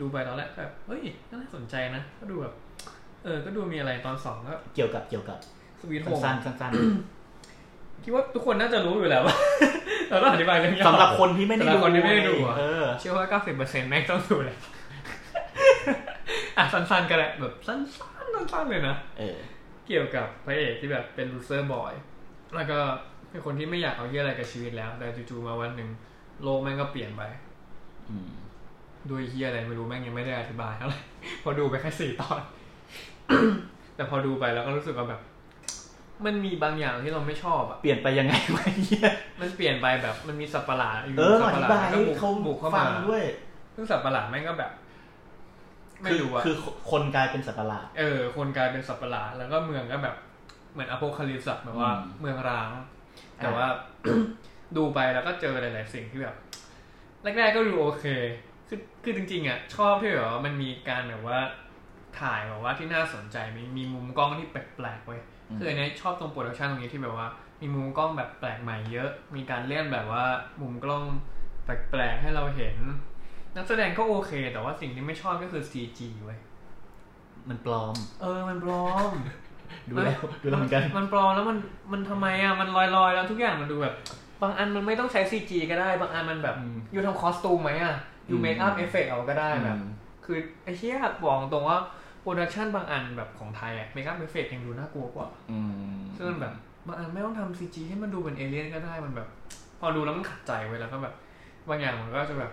Speaker 2: ดูไปตอนแรกก็แบบเฮ้ยน่าสนใจนะก็ดูแบบเออ ก็ดูมีอะไรตอนสองก็
Speaker 1: เกี่ยวกับเกี่ยวกับ
Speaker 2: สวีทโฮม
Speaker 1: สั้นๆสั้น
Speaker 2: คิดว่าทุกคนน่าจะรู้อยู่แล้ว ว่า เราต้องอธิบายเรื่อง
Speaker 1: ๆ
Speaker 2: ย่อ
Speaker 1: สำหรับคนที่ไม่ได้
Speaker 2: สำหรั
Speaker 1: ดู
Speaker 2: บคนที่ไม่ได้ดูอะ
Speaker 1: เออ
Speaker 2: เชื่อว่า 90%แม่งต้องดูแหละ อ่ะสั้นๆก็แหละแบบสั้นๆสั้นๆเลยนะ
Speaker 1: เออ
Speaker 2: เกี่ยวกับพระเอกที่แบบเป็นลูเซอร์บอย แล้วก็เป็นคนที่ไม่อยากเอาเยี่ยอะไรกับชีวิตแล้ว แต่จู่ๆมาวันหนึ่งโลกแม่งก็เปลี่ยนไป
Speaker 1: อืม
Speaker 2: ด้วยเฮียอะไรไม่รู้แม่งยังไม่ได้อธิบายเท่าไหร่ พอดูไปแค่สี่ตอน แต่พอดูไปแล้วก็รู้สึกว่าแบบ มันมีบางอย่างที่เราไม่ชอบอะ
Speaker 1: เปลี่ยนไปยังไงวะเนี่ย
Speaker 2: มันเปลี่ยนไปแบบมันมีสัตว์ประหลาดยู่
Speaker 1: เออ
Speaker 2: สั
Speaker 1: อ
Speaker 2: ตว์ประ
Speaker 1: ธิบา
Speaker 2: หลาด
Speaker 1: ย
Speaker 2: มันก็
Speaker 1: ให้
Speaker 2: บุก
Speaker 1: เขา
Speaker 2: บุกเข้า
Speaker 1: ฟั
Speaker 2: มาง
Speaker 1: ด้วย
Speaker 2: ซึ่งสัตว์ประหลาดแม่งก็แบบ ไม่รู้อะ
Speaker 1: คือคือคนกลายเป็นสัตว์ประหลาด
Speaker 2: เออ คนกลายเป็นสัตว์ประหลาด แล้วก็เมืองก็แบบ เหมือนอโพคาลิปส์อะแบบว่า
Speaker 1: อืม
Speaker 2: เมืองร้าง
Speaker 1: อ่า
Speaker 2: แต่ว่า ดูไปแล้วก็เจอหลาย ๆ สิ่งที่แบบแรก ๆ ก็ดูโอเค คือคือจริง ๆอะชอบที่แบบว่ามันมีการแบบว่า ถ่ายแบบว่าที่น่าสนใจมีมีมุมกล้องที่แปลกๆเว้ย คืออันเนี้ยชอบตรงโปรดักชันตรงนี้ที่แบบว่า มีมุมกล้องแบบแปลกใหม่เยอะ มีการเล่นแบบว่ามุมกล้องแปลกๆให้เราเห็น นักแสดงก็โอเค แต่ว่าสิ่งที่ไม่ชอบก็คือ CG เว้ย
Speaker 1: มันปลอม
Speaker 2: เออมันปลอม
Speaker 1: ดูแล้วดูแล้วเหมือนกัน
Speaker 2: มันปลอมแล้วมันมันทำไมอ่ะมันลอยๆ แล้วทุกอย่างมันดูแบบ บางอันมันไม่ต้องใช้ CG ก็ได้ บางอันมันแบบ
Speaker 1: อืม
Speaker 2: อยู่ทำคอสตูมไหมอ่ะอยู่
Speaker 1: อืม
Speaker 2: เมคอัพเอฟเฟกต์เอาก็ได้แบบ คือไอ้เชี่ยบอกตรงว่าโปรดักชันบางอันแบบของไทยอ่ะเมคอัพเอฟเฟกต์ยังดูน่ากลัวกว่า
Speaker 1: อืม
Speaker 2: ซึ่งมันแบบบางอันไม่ต้องทำซีจีให้มันดูเป็นเอเลี่ยนก็ได้มันแบบ พอดูแล้วมันขัดใจไว้ยแล้วก็แบบบางอย่างมันก็จะแบบ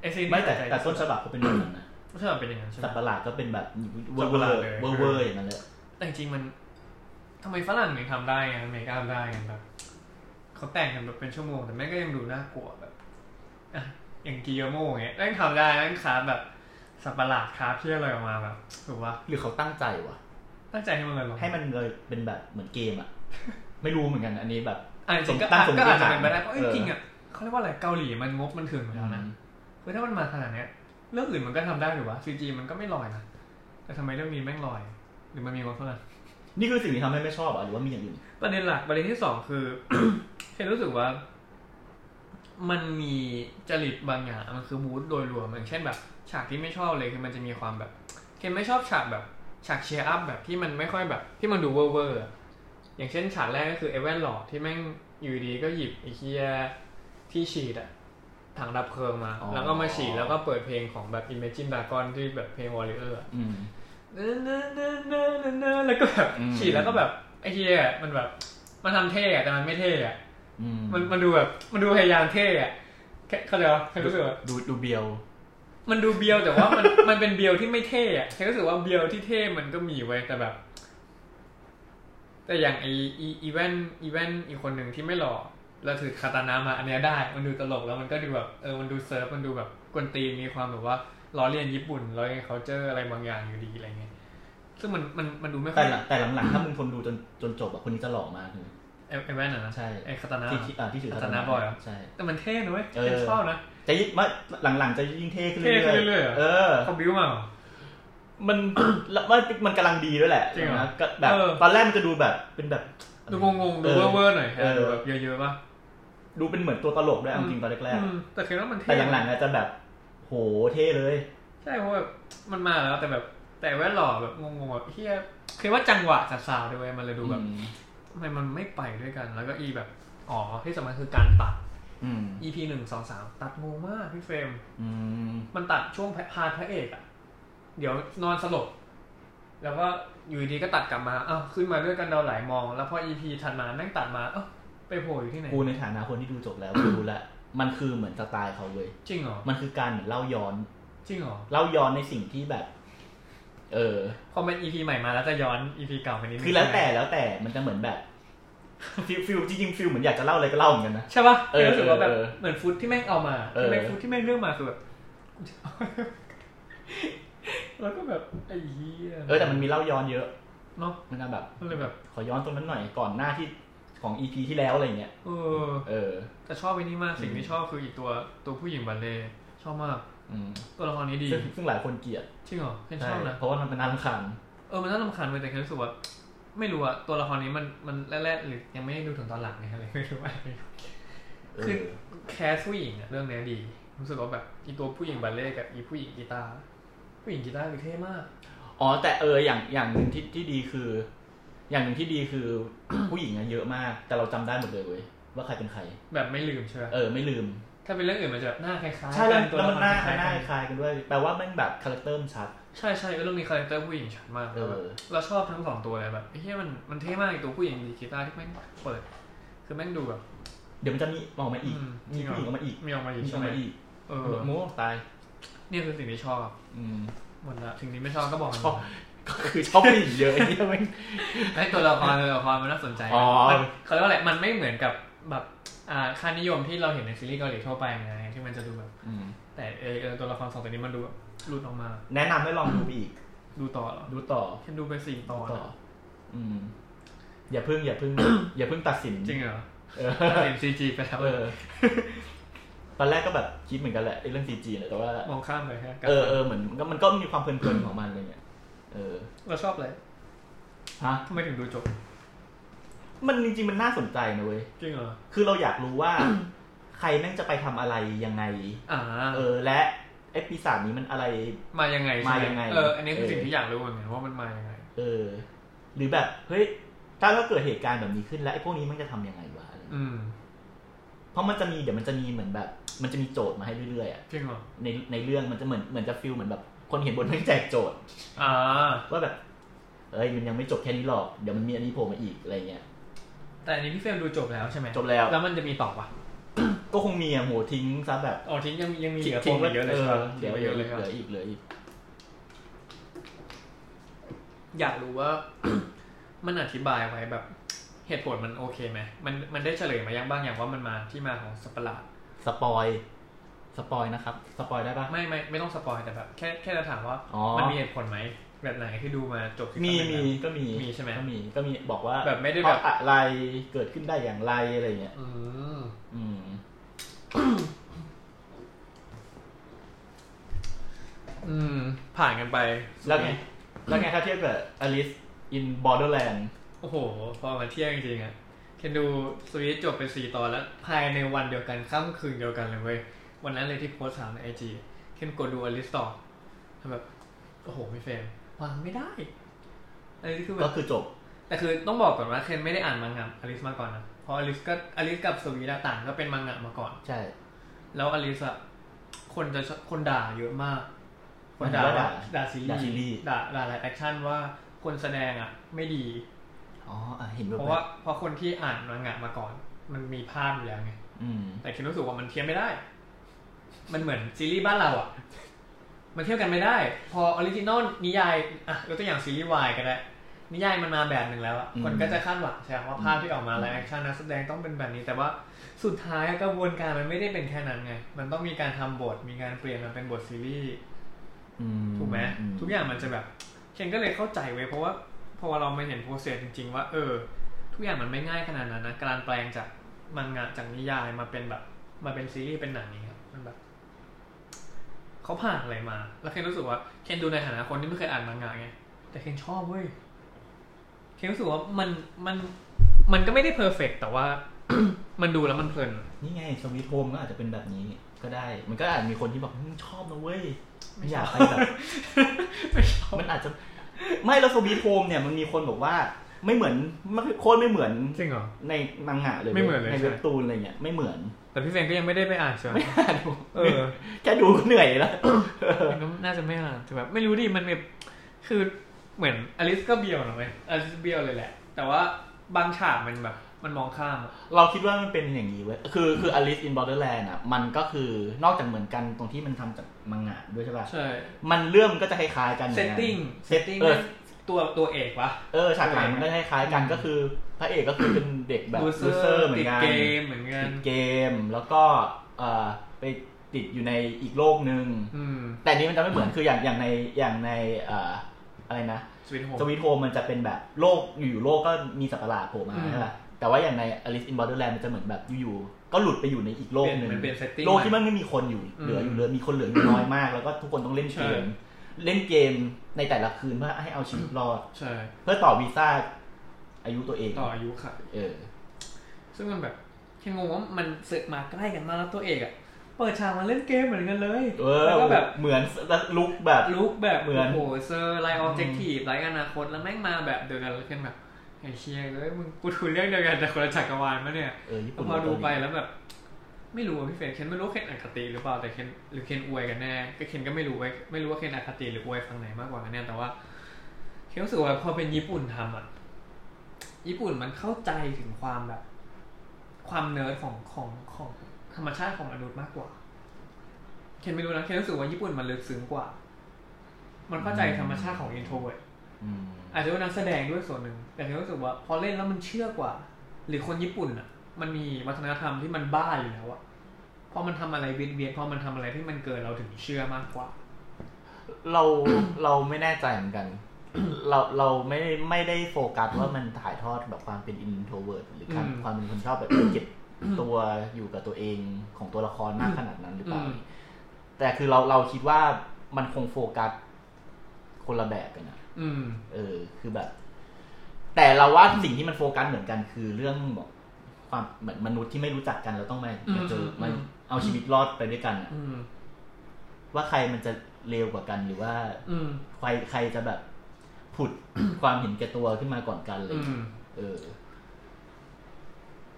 Speaker 2: ไอซีนที่
Speaker 1: ไม่แต่
Speaker 2: ขัดใจ
Speaker 1: แต่ต้นฉบับเขาเป็นแบบนั้นนะ
Speaker 2: ต้นฉบับเป็นอย่างนั้นใช่ไหม
Speaker 1: สัตว์ประหลาดก็เป็นแบบเว
Speaker 2: สั
Speaker 1: อ
Speaker 2: ตว์
Speaker 1: ร์
Speaker 2: ประ
Speaker 1: เวอ
Speaker 2: หลาด
Speaker 1: ร์
Speaker 2: เลย
Speaker 1: เวอร์เวอร์อย่างนั้นเลย
Speaker 2: แต่จริงๆมันทำไมฝรั่งถึงทำได้ไงอเมริกาทำได้กันแบบเขาแต่งกันแบบเป็นชั่วโมง แต่แม่งก็ยังดูน่ากลัวแบบอ่ะอย่างกิโยโม่เงี้ยแม่งทำได้แม่งขาแบบ สัตว์ประหลาดคราฟที่อะไรออกมาแบบถูกปะ
Speaker 1: หรือเขาตั้งใจวะ
Speaker 2: ตั้งใจให้มันเลยหรอ
Speaker 1: ให้มันเลยเป็นแบบเหมือนเกมอะไม่รู้เหมือนกันอันนี้แบบ
Speaker 2: อ่ะจริงๆก็
Speaker 1: ตั้
Speaker 2: อ่ะ
Speaker 1: งสมมติ
Speaker 2: ก็อาจจะ
Speaker 1: ฐาน
Speaker 2: เป็นไปได้เพราะเอ้ย
Speaker 1: เออ
Speaker 2: จริงอ่ะเขาเรียกว่าอะไรเกาหลีมันงบมันถึงอยู่แล้วนะคือถ้ามันมาขนาดเนี้ยเรื่องอื่นมันก็ทำได้หรือวะซีจีมันก็ไม่ลอยนะแต่ทำไมเรื่องนี้แม่งลอย หรือมันมีงบเท่านั้น
Speaker 1: นี่คือสิ่งที่ทำให้ไม่ชอบอ่ะหรือว่ามีอย่างอื่น
Speaker 2: ประเด็นหลักประเด็นที่สองคือ เคนรู้สึกว่า มันมีจริตบางอย่างมันคือมูดโดยรวมอย่างเช่นแบบ ฉากที่ไม่ชอบเลยคือมันจะมีความแบบเคนไม่ชอบฉากแบบ ฉากเชียร์อัพแบบที่มันไม่ค่อยแบบ ที่มันดูเวอร์เวอร์อะอย่างเช่นฉากแรกก็คือเอเวนหลอดที่แม่งอยู่ดีก็หยิบไอ้เคียที่ฉีดอะถังดับเพลิงมา แล้วก็มาฉีดแล้วก็เปิดเพลงของแบบ Imagine Dragon ที่แบบเพลง Warrior อะ
Speaker 1: อืม
Speaker 2: เนอะเนอะเนอะเนอะเนอะเนอะแล้วก็แบบ
Speaker 1: อืม
Speaker 2: ฉีดแล้วก็แบบไอ้เทียมันแบบ มันทำเท่อะแต่มันไม่เท่อะ
Speaker 1: อืม
Speaker 2: มันมันดูแบบมันดูพยายามเท่อะแค่เขาเรียกว่าแค่รู้สึกว่า
Speaker 1: ดูดูเบียว
Speaker 2: มันดูเบียวแต่ว่ามัน มันเป็นเบียวที่ไม่เท่อะแค่รู้สึกว่าเบียวที่เท่มันก็มีไว้ยแต่แบบ แต่อย่างไออีอีแวนอีแวนอีกคนหนึ่งที่ไม่หล่อแล้วถือคาตานามาอันเนี้ยได้ มันดูตลกแล้วมันก็ดูแบบเออมันดูเซิร์ฟมันดูแบบกวนตีนมีความแบบว่าล้อเลียนญี่ปุ่นล้อเลียนเคาเจออะไรบางอย่างอยู่ดีอะไรเงี้ยซึ่งมันมันมันดูไม่ค่
Speaker 1: แต่
Speaker 2: อย
Speaker 1: หลังแต่หลังๆถ้ามึงทนดูจนจนจบอ่ะคนนี้จะหล่อมากเลย
Speaker 2: ไอ้ไอ้แว่นอ่ะนะ
Speaker 1: ใช่
Speaker 2: ไอ้คาตานะ
Speaker 1: ที่ที่อ่าที่ถือ
Speaker 2: อัตนาบอยเหรอ
Speaker 1: ใช่
Speaker 2: แต่มันเท่นะเว้ย
Speaker 1: เออ
Speaker 2: เป็นชอบนะ
Speaker 1: จะยิ่งมาหลังๆจะยิ่งเท่ขึ้นเรื่
Speaker 2: เท่ขึ้นเรื่อ
Speaker 1: อ
Speaker 2: ย
Speaker 1: ย
Speaker 2: ๆเหรอ
Speaker 1: ๆเออ
Speaker 2: เขาบิ้วมาเหรอ
Speaker 1: มัน ละว่ามันกำลังดีด้วยแหละ
Speaker 2: จริงเหรอ
Speaker 1: นะก็แบบ
Speaker 2: เออ
Speaker 1: ตอนแรกมันจะดูแบบเป็นแบบ
Speaker 2: ดูงงๆดูเว่อร์เวอร์หน่อย
Speaker 1: เออ
Speaker 2: ดูแบบเยอะๆป่ะ
Speaker 1: ดูเป็นเหมือนตัวตลกด้วยเอา
Speaker 2: อืม
Speaker 1: จริงตอนแรก
Speaker 2: อืมแต่คิดว่ามั
Speaker 1: ๆ
Speaker 2: นเท่
Speaker 1: แต่หลังๆอาจจะแบบ โหเท่เลย
Speaker 2: ใช่เพราะแบบมันมาแล้วแต่แบบ แต่แว่นหล่อแบบงงๆแบบเฮียคือว่าจังหวะจากสาวด้วยเวยมันเลยดูแบบทำไมมันไม่ไปด้วยกัน แล้วก็อีแบบอ๋อที่สำคัญคือการตัด
Speaker 1: อืม
Speaker 2: EP หนึ่งสองสามตัดงงมากพี่เฟรม
Speaker 1: อืม
Speaker 2: มันตัดช่วงพาร์ทพระเอกอะเดี๋ยวนอนสลบ แล้วก็อยู่ดีก็ตัดกลับมา เอ้าวขึ้นมาด้วยกันเราไหลมอง แล้วพออีพีถัดมาแม่งตัดมา เอ้าไปโผล่อยู่ที่ไหน
Speaker 1: กูในฐานะคนที่ดูจบแล้ว กูรู้ละ มันคือเหมือนสไตล์เขาเว้ย
Speaker 2: จริงเหรอ
Speaker 1: มันคือการเหมือนเล่าย้อน
Speaker 2: จริงเหรอ
Speaker 1: เล่าย้อนในสิ่งที่แบบ เออ
Speaker 2: พอเป็นอีพีใหม่มาแล้วจะย้อนอีพีเก่าไปนิดนึง
Speaker 1: คือแล้วแต่แล้วแต่มันจะเหมือนแบบ ฟิลฟิลจริงๆฟิลเหมือนอยากจะเล่าอะไรก็เล่าเหมือนกันนะ
Speaker 2: ใช่ปะ
Speaker 1: เออ
Speaker 2: รู้สึกว่าแบบ
Speaker 1: เออ
Speaker 2: เหมือนฟุตที่แม่งเอามา
Speaker 1: เออ
Speaker 2: ที่แม่งฟุตที่แม่งเรื่องมาคือแบบ แล้วก็แบบไอ้เหี้ย
Speaker 1: เออแต่มันมีเล่าย้อนเยอะ
Speaker 2: เนาะ
Speaker 1: มันก็แบบ
Speaker 2: มันเลยแบบ
Speaker 1: ขอย้อนตรงนั้นหน่อยก่อนหน้าที่ของ EP ที่แล้วอะไรเงี้ย
Speaker 2: เออ
Speaker 1: เออ
Speaker 2: แต่ชอบไอ้นี่มากสิ่งที่ชอบคืออีกตัวตัวผู้หญิงบัลเล่ต์ชอบมาก
Speaker 1: อืม
Speaker 2: ตัวละครนี้ดี
Speaker 1: ซึ่งซึ่งหลายคนเกลียด
Speaker 2: จริงเหรอเคนช
Speaker 1: ใช่
Speaker 2: อบนะ
Speaker 1: เพราะว่ามันเป็นนารำคาญ
Speaker 2: เออ มันน่ารำคาญไปแต่เคนรู้สึกว่า ไม่รู้อะตัวละครนี้มันมันแรกๆหรือยังไม่ได้ดูถึงตอนหลังไงอะไรไม่รู้ว่า
Speaker 1: เอ
Speaker 2: คือ
Speaker 1: อ
Speaker 2: แคสผู้หญิงอะเรื่องเนี้ยดี รู้สึกว่าแบบอีตัวผู้หญิงบัลเล่ต์กับอีผู้หญิงกีตาร์ผู้หญิงกีตาร์คือเท่มาก
Speaker 1: อ๋อ แต่เอออย่างอย่างหนึ่งที่ที่ดีคือ อย่างหนึ่งที่ดีคือ ผู้หญิงอะเยอะมาก แต่เราจำได้หมดเลยเว้ยว่าใครเป็นใคร
Speaker 2: แบบไม่ลืมใช่ไหม
Speaker 1: เออไม่ลืม
Speaker 2: ถ้าเป็นเรื่องอื่นมันจะแบบหน้าคล้ายๆ
Speaker 1: ใช่แล้ว
Speaker 2: กัตัว
Speaker 1: แล้ว
Speaker 2: ละ
Speaker 1: มัน
Speaker 2: คร
Speaker 1: หน้า
Speaker 2: คล้าย
Speaker 1: ห
Speaker 2: ๆ
Speaker 1: น้าค
Speaker 2: กัน
Speaker 1: ล้ายกันด้วย แปลว่าแมันแบบคาแรคเตอร์มันชัด
Speaker 2: ใช่ใช่เรื่องนี้คาแรคเตอร์ผู้หญิงชัดมาก
Speaker 1: เออ
Speaker 2: เราชอบทั้งสองตัวเลยแบบไอ้เหี้ยมันมันเท่มากอีตัวผู้หญิงดีกีตาร์ที่แม่งเปิด คือแม่งดูแบบ
Speaker 1: เดี๋ยวมันจะมีออกมาอีก
Speaker 2: อืมจริ
Speaker 1: มี
Speaker 2: งเหรอ
Speaker 1: ผู้หญิงออกมาอีก
Speaker 2: มีออกมาอีก
Speaker 1: มีอ
Speaker 2: ใช่
Speaker 1: อก
Speaker 2: ไหม
Speaker 1: มาอีก
Speaker 2: เออ
Speaker 1: โม่ตาย
Speaker 2: เนี่ยคือสิ่งที่ชอบ
Speaker 1: อืม
Speaker 2: หมดละถึงนี้ไม่ชอบก็บอกมัน
Speaker 1: ชอบ ก็คือชอบผู้หญิงเยอะไอ้เหี้ยแม่ง
Speaker 2: ไอ้ตัวละครตัวละครมันน่าสนใจ
Speaker 1: อ๋อ
Speaker 2: มันเขาเรียกว่าอะไรมันไม่เหมือนกับแบบอ่าค่านิยมที่เราเห็นในซีรีส์เกาหลีทั่วไปไงที่มันจะดูแบบ
Speaker 1: อืม
Speaker 2: แต่เออเออตัวละครสองตัวนี้มันดูแบบหลุดออกมา
Speaker 1: แนะนำให้ลองดูไปอีก
Speaker 2: ดูต่อเหรอ
Speaker 1: ดูต่อ
Speaker 2: ฉันดูไปสี่ตอน
Speaker 1: ต่อ อืม อย่าเพิ่งอย่าเพิ่ง อย่าเพิ่งตัดสิน
Speaker 2: จริงเหรอ
Speaker 1: เออ
Speaker 2: เห็นซีจีไปแล้ว
Speaker 1: เออ ตอนแรกก็แบบคิดเหมือนกันแหละไอ้เรื่องซีจีเนี่ยแต่ว่า
Speaker 2: มองข้ามไปแค่
Speaker 1: เออเออเหมือนก็มันก็มีความเพลินๆของมันอะไรเงี้ย เออ
Speaker 2: เราชอบเลย
Speaker 1: ฮะ
Speaker 2: ทำไมถึงดูจบ
Speaker 1: มันจริงๆมันน่าสนใจนะเว้ย
Speaker 2: จริงเหรอ
Speaker 1: คือเราอยากรู้ว่า ใครแม่งจะไปทำอะไรยังไง
Speaker 2: อ่า
Speaker 1: เออ และไอ้ปีศาจนี้มันอะไร
Speaker 2: มายังไงใช่ห
Speaker 1: มายังไง
Speaker 2: เอออันนี้คือ
Speaker 1: เออ
Speaker 2: สิ่งที่อยากรู้เหมือนกันว่ามันมายังไง
Speaker 1: เออ หรือแบบเฮ้ยถ้าเราเกิดเหตุการณ์แบบนี้ขึ้นแล้วไอ้พวกนี้มันจะทำยังไงวะอะไรเงี้ย
Speaker 2: อืม
Speaker 1: เพราะมันจะมีเดี๋ยวมันจะมีเหมือนแบบ มันจะมีโจทย์มาให้เรื่อยๆอะ
Speaker 2: จริงเหรอ
Speaker 1: ในในเรื่องมันจะเหมือนเหมือนจะฟิลเหมือนแบบคนเขียนบทไม่แจกโจทย์
Speaker 2: อ่า
Speaker 1: ว่าแบบเอ้ยมันยังไม่จบแค่นี้หรอกเดี๋ยวมันมีอันนี้โผล่มาอีกอะไรเงี้ย
Speaker 2: แต่อันนี้พี่เฟรมดูจบแล้วใช่ไหม
Speaker 1: จบแล้ว
Speaker 2: แล้วมันจะมีต่อปะ
Speaker 1: ก็คงมีอ่ะโหทิ้งซะแบบ
Speaker 2: อ๋อทิ้งยังยังมีเหลือ
Speaker 1: ทิ้
Speaker 2: โปรอีกเยอะเลยใช่ไหม
Speaker 1: เดี๋ยว
Speaker 2: ทิ้งไว้
Speaker 1: เย
Speaker 2: เย
Speaker 1: อะ
Speaker 2: อะ
Speaker 1: เล
Speaker 2: เลย ย
Speaker 1: เห
Speaker 2: ครับ
Speaker 1: ลืออีกเหลืออีก
Speaker 2: อยากรู้ว่า มันอธิบายไว้แบบ เหตุผลมันโอเคไหมมันมันได้เฉลยมายังบ้างอย่างว่ามันมาที่มาของสตว์ปาร์ต
Speaker 1: สปอยส สปอยนะครับ สปอยได้ปะ
Speaker 2: ไม่ไม่ไม่ต้องสปอยแต่แบบแค่แค่จะถามว่า
Speaker 1: อ๋อ
Speaker 2: มันมีเหตุผลไหมแบบไหนที่ดูมาจบซีซั่น
Speaker 1: มี
Speaker 2: หนึ่ง
Speaker 1: มี
Speaker 2: แล้ว
Speaker 1: ก็มี
Speaker 2: มีใช่ไหม
Speaker 1: ก็มีก็มีบอกว่า
Speaker 2: แบบไม่ได้
Speaker 1: เพราะ
Speaker 2: แบบ
Speaker 1: อะไรเกิดขึ้นได้อย่างไรอะไรเงี้ย
Speaker 2: อืม
Speaker 1: อืม
Speaker 2: อืม ผ่านกันไป
Speaker 1: แล้วไงแล้วไงถ้าเทียบกับ Alice in Borderland
Speaker 2: โอ้โห พอมาเที่ยงจริงๆอะแค่ดูสวีทจบไปสี่ตอนแล้ว ภายในวันเดียวกันค่ำคืนเดียวกันเลยเว้ย วันนั้นเลยที่โพสต์ถามในไอจีเคนกดดูอลิสต่อทำแบบ โอ้โห ไม่เฟรมวางไม่ได้อันนี้คือแบ
Speaker 1: ก็
Speaker 2: บ
Speaker 1: คือจบ
Speaker 2: แต่คือต้องบอกก่อนว่าเคนไม่ได้อ่านมังงะอลิสมาก่อนนะ เพราะอลิสก็อลิสกับสวีดาต่างก็เป็นมังงะมาก่อน
Speaker 1: ใช่
Speaker 2: แล้วอลิสอะคนจะชอบคนด่าเยอะมาก คนด่า
Speaker 1: หมายถึงว่าด่า
Speaker 2: ว่าด่าซี
Speaker 1: ด่าซีรี
Speaker 2: รี
Speaker 1: ส์
Speaker 2: ส์ด่าด่าหลายแอคชั่นว่าคนแสดงอะไม่ดี
Speaker 1: อ๋ออ่ะเห็นแบบ
Speaker 2: เพราะว่าเพราะคนที่อ่านมังงะมาก่อน มันมีภาพอยู่แล้วไง
Speaker 1: อืม
Speaker 2: แต่คิดรู้สึกว่ามันเทียบไม่ได้ มันเหมือนซีรีส์บ้านเราอะมันเทียบกันไม่ได้ พอออริจินอลนิยายอ่ะยกตัวอย่างซีรีส์วายก็ได้ นิยายมันมาแบบหนึ่งแล้วอะ
Speaker 1: อืม
Speaker 2: คนก็จะคาดหวังใช่ไหมว่าภาพที่ออกมาไลฟ์แอคชั่นนักแสดงต้องเป็นแบบนี้ แต่ว่าสุดท้ายกระบวนการมันไม่ได้เป็นแค่นั้นไง มันต้องมีการทำบท มีการเปลี่ยนมันเป็นบทซีรีส์
Speaker 1: อื
Speaker 2: ถูกไหม
Speaker 1: อื
Speaker 2: ทุกอย่างมันจะแบบเคนก็เลยเข้าใจไว้ยเพราะว่าพอเรามาเห็นโปรเซสจริง ๆ ว่า เออ ทุกอย่างมันไม่ง่ายขนาดนั้นนะการแปลงจากมังงะจากนิยายมาเป็นแบบ มาเป็นซีรีส์เป็นหนังนี่ครับมันแบบเขาผ่านอะไรมา แล้วเคนรู้สึกว่าเคนดูในฐานะคนที่ไม่เคยอ่านมังงะไงแต่เคนชอบเว้ยเคนรู้สึกว่ามันมันมันก็ไม่ได้เพอร์เฟกแต่ว่า มันดูแล้วมันเพลิน
Speaker 1: นี่ไงสวิตโฮมก็อาจจะเป็นแบบนี้ก็ได้ มันก็อาจมีคนที่แบบอืมชอบนะเว้ย
Speaker 2: ไม่
Speaker 1: อยากไปแบบ มันอาจจะ ไม่แล้วสวิตโฮมเนี่ยมันมีคนบอกว่า ไม่เหมือนมันโคตรไม่เหมือน
Speaker 2: จริงเหรอ
Speaker 1: ในมังงะเลย
Speaker 2: ไม่เหมือนเลย
Speaker 1: ใน
Speaker 2: ใช่
Speaker 1: เว็บตูนอะไรเงี้ยไม่เหมือน
Speaker 2: แต่พี่เฟรนก็ยังไม่ได้ไปอ่านใช่ไหม
Speaker 1: ไม่อ่านดู
Speaker 2: เออ
Speaker 1: แค่ดูก็เหนื่อยแล้ว
Speaker 2: มันก็น่าจะไม่ห่างแต่แบบไม่รู้ดิมันแบบคือเหมือนอลิสก็เบียวนะเว้ยอลิสเบียวเลยแหละ แต่ว่าบางฉากมันแบบ มันมองข้ามอะ
Speaker 1: เราคิดว่ามันเป็นอย่างนี้เว้ย คือคือ Alice in Borderland อ่ะ มันก็คือนอกจากเหมือนกันตรงที่มันทำจากมังงะด้วยใช่ป่ะ
Speaker 2: ใช่
Speaker 1: มันเรื่องมันก็จะคล้ายๆกัน
Speaker 2: เซตติ้ง
Speaker 1: เซ
Speaker 2: เซต
Speaker 1: ต
Speaker 2: ติ้ง
Speaker 1: เออ
Speaker 2: ตัวตัวเอกวะ
Speaker 1: เออฉากหลังมันก็คล้ายๆกัน
Speaker 2: อืม
Speaker 1: ก็คือ พระเอกก็คือเป็นเด็กแบบ
Speaker 2: loser
Speaker 1: loser เหมือ
Speaker 2: ติ
Speaker 1: น
Speaker 2: ด
Speaker 1: กัน
Speaker 2: เกมเหมือนกัน
Speaker 1: ติดเกมแล้วก็เอ่อไปติดอยู่ในอีกโลกหนึ่ง
Speaker 2: อืม
Speaker 1: แต่อันนี้มันจะไม่เหมือนคืออย่างอย่างในอย่างในเอ่ออะไรนะ
Speaker 2: สวิตโฮม
Speaker 1: สวิตโฮมมันจะเป็นแบบโลกอยู่ๆโลกก็มีสัตว์ประหลาดโผล่มา
Speaker 2: อืม
Speaker 1: ใช่ป่ะแต่ว่าอย่างใน Alice in Borderland มันจะเหมือนแบบอยู่ๆก็หลุดไปอยู่ในอีกโลกหนึ่ง
Speaker 2: เปลี่ยนมันเป็น setting
Speaker 1: โลกที่มันไม่มีคนอยู่
Speaker 2: อื
Speaker 1: เห
Speaker 2: ม
Speaker 1: ลืออยู่เหลยมีคนเหลืออยู่น้อยมาก แล้วก็ทุกคนต้องเล่นเก
Speaker 2: ใช่
Speaker 1: มเล่นเกมในแต่ละคืนเพื่อให้เอาชีวิตรอด
Speaker 2: ใช่
Speaker 1: เพื่อต่อวีซ่าอายุตัวเอง
Speaker 2: ต่ออายุค่ะ
Speaker 1: เออ
Speaker 2: ซึ่งมันแบบแค่งงว่ามันเสึกมาใกล้กันมากแล้วตัวเอกอะเปิดฉากมาเล่นเกมเหมือนกันเลย
Speaker 1: เอ
Speaker 2: แล้ว
Speaker 1: อ
Speaker 2: ก็แบบ
Speaker 1: เหมือนลุกแบบ
Speaker 2: ลุกแบบ
Speaker 1: เหมือน
Speaker 2: โอ้โหเซอร์ไลออบเจกทีฟไลอนาคตแล้วแม่งมาแบบเดียวกันแล้วเคนแบบไอ้เชียเอ้ยมึงกูถูกเรื่องเดียวกันแต่คนละจักรวาลมะเนี่ย
Speaker 1: เออญี่
Speaker 2: แล้
Speaker 1: ปุ่
Speaker 2: วน พอดูไปแล้วแบบ ไม่รู้ว่าพี่เฟรนเคนไม่รู้ว่าเคนอคติหรือเปล่าแต่เคนหรือเคนอวยกันแน่ก็เคนก็ไม่รู้ไว้ยไม่รู้ว่าเคนอคติหรืออวยฝั่งไหนมากกว่ากันแน่แต่ว่าเคนรู้สึกว่าพอเป็นญี่ปุ่นทำอ่ะญี่ปุ่นมันเข้าใจถึงความแบบ ความเนิร์ดของของของธรรมชาติของมนุษย์มากกว่า เคนไม่รู้นะ เคนรู้สึกว่าญี่ปุ่นมันลึกซึ้งกว่า มันเข้าใจธรรมชาติของอินโทรเวิร์
Speaker 1: อืม
Speaker 2: อาจจะว่านักแสดงด้วยส่วนหนึ่ง แต่เคนรู้สึกว่า พอเล่นแล้วมันเชื่อกว่า หรือคนญี่ปุ่นอ่ะ มันมีวัฒนธรรมที่มันบ้าอยู่แล้วอะพอมันทำอะไรเวียนๆพอมันทำอะไรที่มันเกินเราถึงเชื่อมากกว่า
Speaker 1: เรา เราไม่แน่ใจเหมือน กัน เราเราไม่ไม่ได้โฟกัสว่ามันถ่ายทอดแบบความเป็นอินโทรเวิร์ดหรือการ
Speaker 2: อืม
Speaker 1: ความเป็นคนชอบแบบ เก็บ ตัวอยู่กับตัวเองของตัวละครมากขนาดนั้นหรือเปล่า
Speaker 2: อืม
Speaker 1: แต่คือเราเราคิดว่ามันคงโฟกัสคนละแบบกันนะ
Speaker 2: อืม
Speaker 1: เออ คือแบบ แต่เราว่าสิ่งที่มันโฟกัสเหมือนกันคือเรื่องแบบความเหมือนมนุษย์ที่ไม่รู้จักกันเราต้องมา
Speaker 2: อืม
Speaker 1: มาเจออ
Speaker 2: ม
Speaker 1: มันเอาชีวิตรอดไปด้วยกันอะ
Speaker 2: อืม
Speaker 1: ว่าใครมันจะเร็วกว่ากันหรือว่า
Speaker 2: อืม
Speaker 1: ใครใครจะแบบผุด ความเห็นแก่ตัวขึ้นมาก่อนกันเล
Speaker 2: อื
Speaker 1: ย
Speaker 2: ม
Speaker 1: เออ